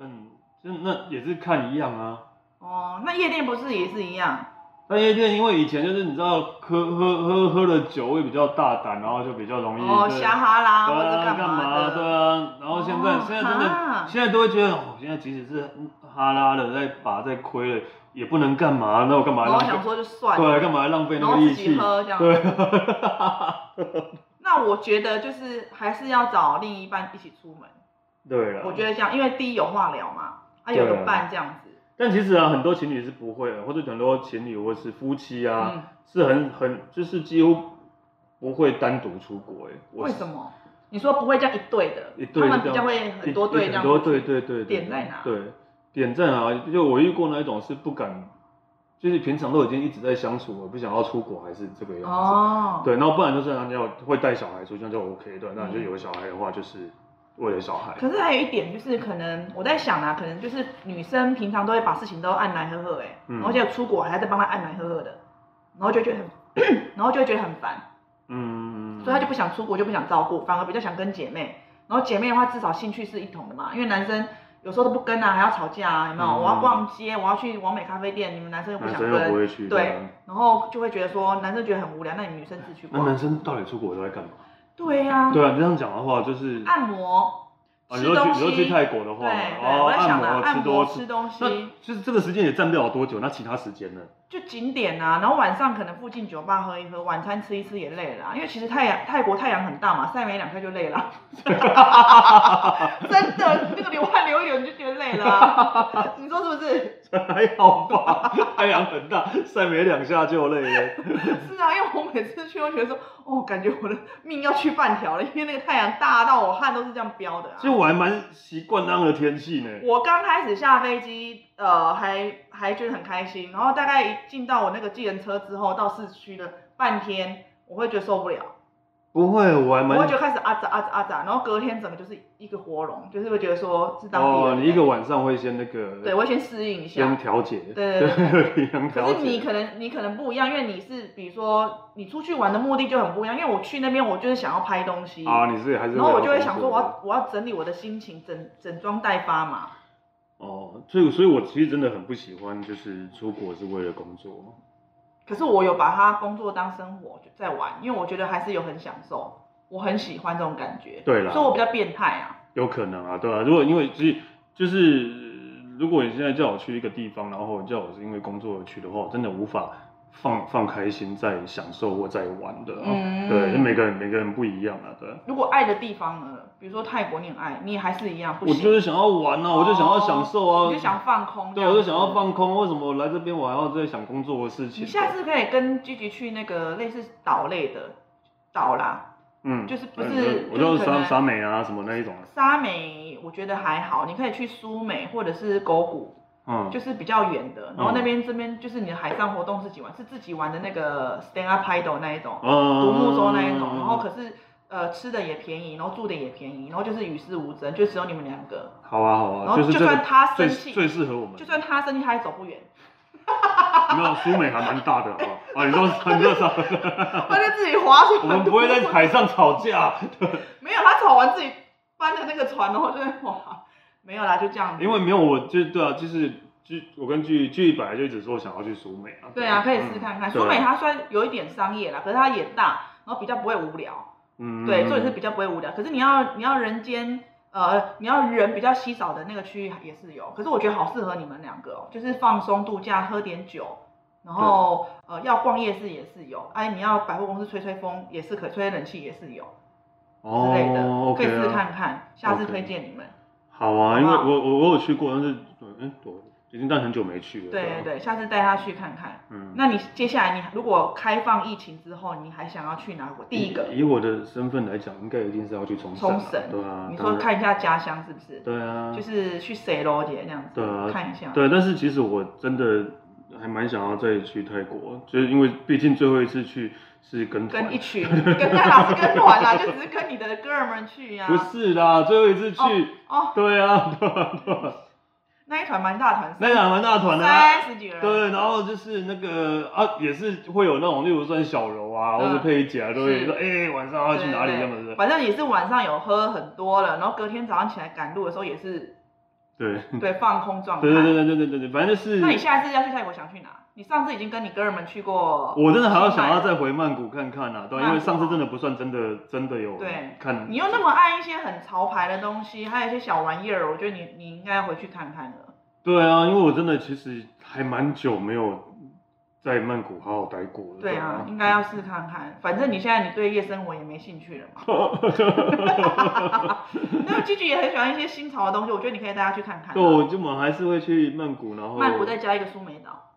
嗯，就那也是看一样啊。哦，那夜店不是也是一样？那夜店因为以前就是你知道喝喝喝喝了酒会比较大胆，然后就比较容易哦，对瞎哈啦，对或者啊，干嘛的？对啊，然后现在、哦现在真的哈现在都会觉得，哦，现在即使是哈拉了，在把在亏了，也不能干嘛，那我干嘛然浪后费？想说就算对啊，了，干嘛浪费然那后个自力己气？喝这样。对，啊那我觉得就是还是要找另一半一起出门， 对了。我觉得这样，因为第一有话聊嘛，啊对啊有个伴这样子，但其实啊，很多情侣是不会的，或者很多情侣或是夫妻啊，嗯，是很很就是几乎不会单独出国诶。欸我为什？么？你说不会这样一对的，一对的他们比较会很多对一这很样，多对对对对点在哪对，点在哪？就我遇过那一种是不敢，就是平常都已经一直在相处了，不想要出国，还是这个样子。哦，，对，然后不然就是人家有会带小孩出去，那就 OK 对，那就有小孩的话，就是为了小孩。可是还有一点就是，可能我在想啊，可能就是女生平常都会把事情都按来呵呵、欸，哎、嗯然后就出国还在帮她按来呵呵的，然后就觉得很， 然后就会觉得很烦，嗯，所以她就不想出国，就不想照顾，反而比较想跟姐妹。然后姐妹的话，至少兴趣是一同的嘛，因为男生有时候都不跟啊，还要吵架啊，有没有？嗯我要逛街，我要去完美咖啡店，你们男生又不男想哎生又不跟，会去。对啊，然后就会觉得说男生觉得很无聊，那你们女生自己去那逛。男生到底出国都在干嘛？对呀、对啊，你这样讲的话就是，啊，按摩、你吃说去东你西，说去泰国的对话，对，哦，我在想啊，摩按吃摩多吃东西。那就是这个时间也占不了多久，那其他 时间呢？就景点啊，然后晚上可能附近酒吧喝一喝，晚餐吃一吃也累了啊、因为其实太阳泰国太阳很大嘛，晒没两下就累了，真的那个流汗流一流你就觉得累了啊、你说是不是？还好吧，太阳很大，晒没两下就累了。是啊，因为我每次去都觉得说，哦，感觉我的命要去半条了，因为那个太阳大到我汗都是这样飙的啊。其实我还蛮习惯那样的天气呢。我刚开始下飞机，呃，还还觉得很开心，然后大概一进到我那个计程车之后，到市区的半天，我会觉得受不了。不会，我还蛮我会就开始啊咋啊咋啊咋，然后隔天整个就是一个活龙，就是会觉得说是当地人哦，你一个晚上会先那个对，我会先适应一先下。调节，对对对，平衡可调是你节。可能你可能不一样，因为你是比如说你出去玩的目的就很不一样，因为我去那边我就是想要拍东西，啊，你自己还是然了后工作的。我就会想说我要我要整理我的心情，整整装待发嘛。哦，所以所以我其实真的很不喜欢，就是出国是为了工作。可是我有把它工作当生活在玩，因为我觉得还是有很享受，我很喜欢这种感觉。对啦所以我比较变态啊。有可能啊，对啊。如果因为就是就是，呃如果你现在叫我去一个地方，然后叫我是因为工作而去的话，我真的无法放放开心在享受或在玩的、啊。嗯对，每个人每个人不一样啊，对啊。如果爱的地方呢，比如说泰国恋爱，你还是一样不我行。哦就是想要玩啊，我就想要享受啊，你就想放空。嗯对，我就想要。放空。为什么我来这边我还要在想工作的事情？你下次可以跟积极去那个类似岛类的岛啦，嗯，就是不是嗯我就就是可沙能沙美啊什么那一种啊，沙美我觉得还好，你可以去苏美或者是狗谷，嗯，就是比较远的。然后那边这边就是你的海上活动是几玩，是自己玩的那个 stand up paddle 那一种，独独木舟那一嗯种。然后可是呃吃的也便宜，然后住的也便宜，然后就是与世无争，就只有你们两个。好啊好然后啊，就是就这个算他最生气最适合我们，就算他生气，他也走 不远。没有苏美还蛮大的，好不好？啊，你说很热伤，他就自己划船。我们不 会在海上吵架，没有，他吵完自己搬的那个船，然后就哇，没有啦，就这样子。因为没有我就对啊，就是剧我跟剧剧本来就一直说想要去苏美啊，对啊，可以试看看。苏美，它虽然有一点商业啦，可是它也大，然后比较不会无聊。嗯对，重点是比较不会无聊。可是你要你要人间。呃，你要人比较稀少的那个区域也是有，可是我觉得好适合你们两个哦，就是放松度假，喝点酒，然后呃要逛夜市也是有，哎，你要百货公司吹吹风也是可，吹冷气也是有之类的，哦可以试，OK 试啊，看看，下次 OK 推荐你们。好啊，因为好不好我我我有去过，但是嗯，我已经但很久没去了，对啊对，对，下次带他去看看。嗯。那你接下来你如果开放疫情之后，你还想要去哪国？第一个以以我的身份来讲，应该一定是要去嗯冲冲绳啊，绳，对啊，你当说然看一下家乡是不是？对啊，就是去谁咯姐这样子对啊，看一下。对，但是其实我真的还蛮想要再去泰国，就是因为毕竟最后一次去是跟团，啊跟一群，跟那老师跟团啦，就只是跟你的哥们去呀、不是啦，最后一次去，啊哦，对啊，对啊，对啊那一团蛮大团，那两蛮大团的、啊。三十几人。对，然后就是那个啊，也是会有那种，例如算小柔啊，或嗯者配姐啊，都会是说，哎、晚上要对去对哪里对这样子。反正也是晚上有喝很多了，然后隔天早上起来赶路的时候也是对，对放空状态。嗯对对对对对对对对，反正就是那，你下一次要去泰国想去哪？你上次已经跟你哥们去过，我真的还要想要再回曼谷看看啊，对啊，因曼谷哦为上次真的不算真的真的有对看，你又那么爱一些很潮牌的东西，还有一些小玩意儿，我觉得你你应该回去看看了。对啊，因为我真的其实还蛮久没有在曼谷好好待过了。对啊，应该要试看看。反正你现在你对夜生活也没兴趣了 嘛。那吉吉也很喜欢一些新潮的东西，我觉得你可以带他去看看啊。 对，我就我还是会去曼谷，然后曼谷再加一个苏梅岛，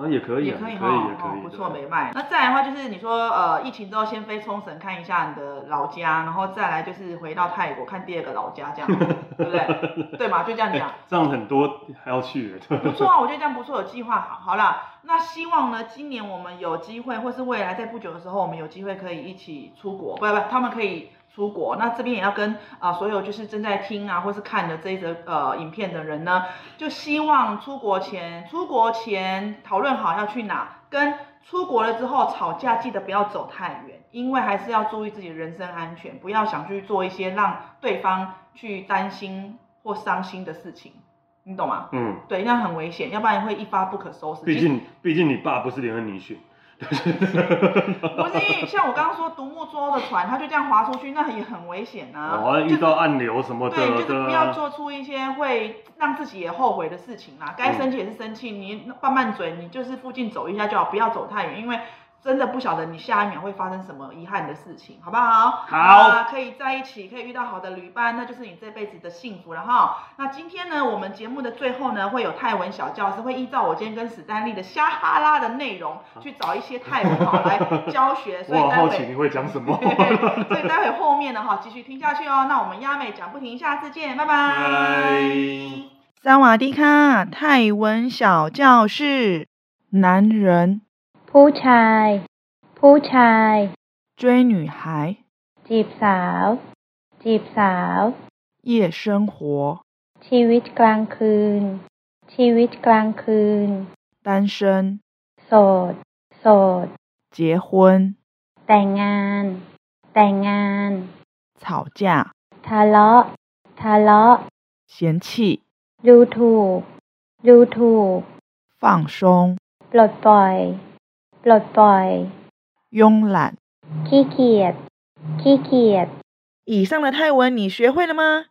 啊也可以也啊，以也可以，哈也，哦可以，不错，对没卖。那再来的话就是你说呃，疫情之后先飞冲绳看一下你的老家，然后再来就是回到泰国看第二个老家，这样子对不 对？对嘛，就这样讲。哎这样很多还要去耶，对啊不错啊，我觉得这样不错，有计划好。好啦，那希望呢，今年我们有机会，或是未来在不久的时候，我们有机会可以一起出国，不不，他们可以出国。那这边也要跟啊、呃所有就是正在听啊，或是看的这一则呃影片的人呢，就希望出国前，出国前讨论好要去哪，跟出国了之后吵架，记得不要走太远，因为还是要注意自己的人身安全，不要想去做一些让对方去担心或伤心的事情，你懂吗？ 嗯，对，那很危险，要不然会一发不可收拾。毕其实竟毕竟你爸不是连恩尼逊，不是因为像我刚刚说独木舟的船，它就这样划出去，那也很危险啊。哦，遇到暗流什么的，对，就是对不要啊，做出一些会让自己也后悔的事情啦。嗯该生气也是生气，你拌拌嘴，你就是附近走一下就好，不要走太远，因为真的不晓得你下一秒会发生什么遗憾的事情，好不好？好那可以在一起，可以遇到好的旅伴，那就是你这辈子的幸福了哈。那今天呢，我们节目的最后呢，会有泰文小教师会依照我今天跟史丹利的瞎哈拉的内容，去找一些泰文 哈来教学，所我以好待好奇你会。会讲 什么。所以待会后面呢，哈，继续听下去哦。那我们亚美讲不停，下次见，拜拜。拜萨瓦迪卡，泰文小教室，男人 ผู้ชาย ผู้ชาย 追女孩， จีบสาว จีบสาว 夜生活， ชีวิตกลางคืน ชีวิตกลางคืน 单身， โสด โสด 结婚， แต่งงาน แต่งงาน 吵架， ทะเลาะ ทะเลาะ 嫌弃。 ดูถูก ดูถูก 放松、 ปลดปล่อย ปลดปล่อย 慵懒。 ขี้เกียจ ขี้เกียจ 以上的泰文你学会了吗？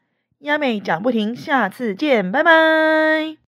亚美讲不停，下次见，拜拜。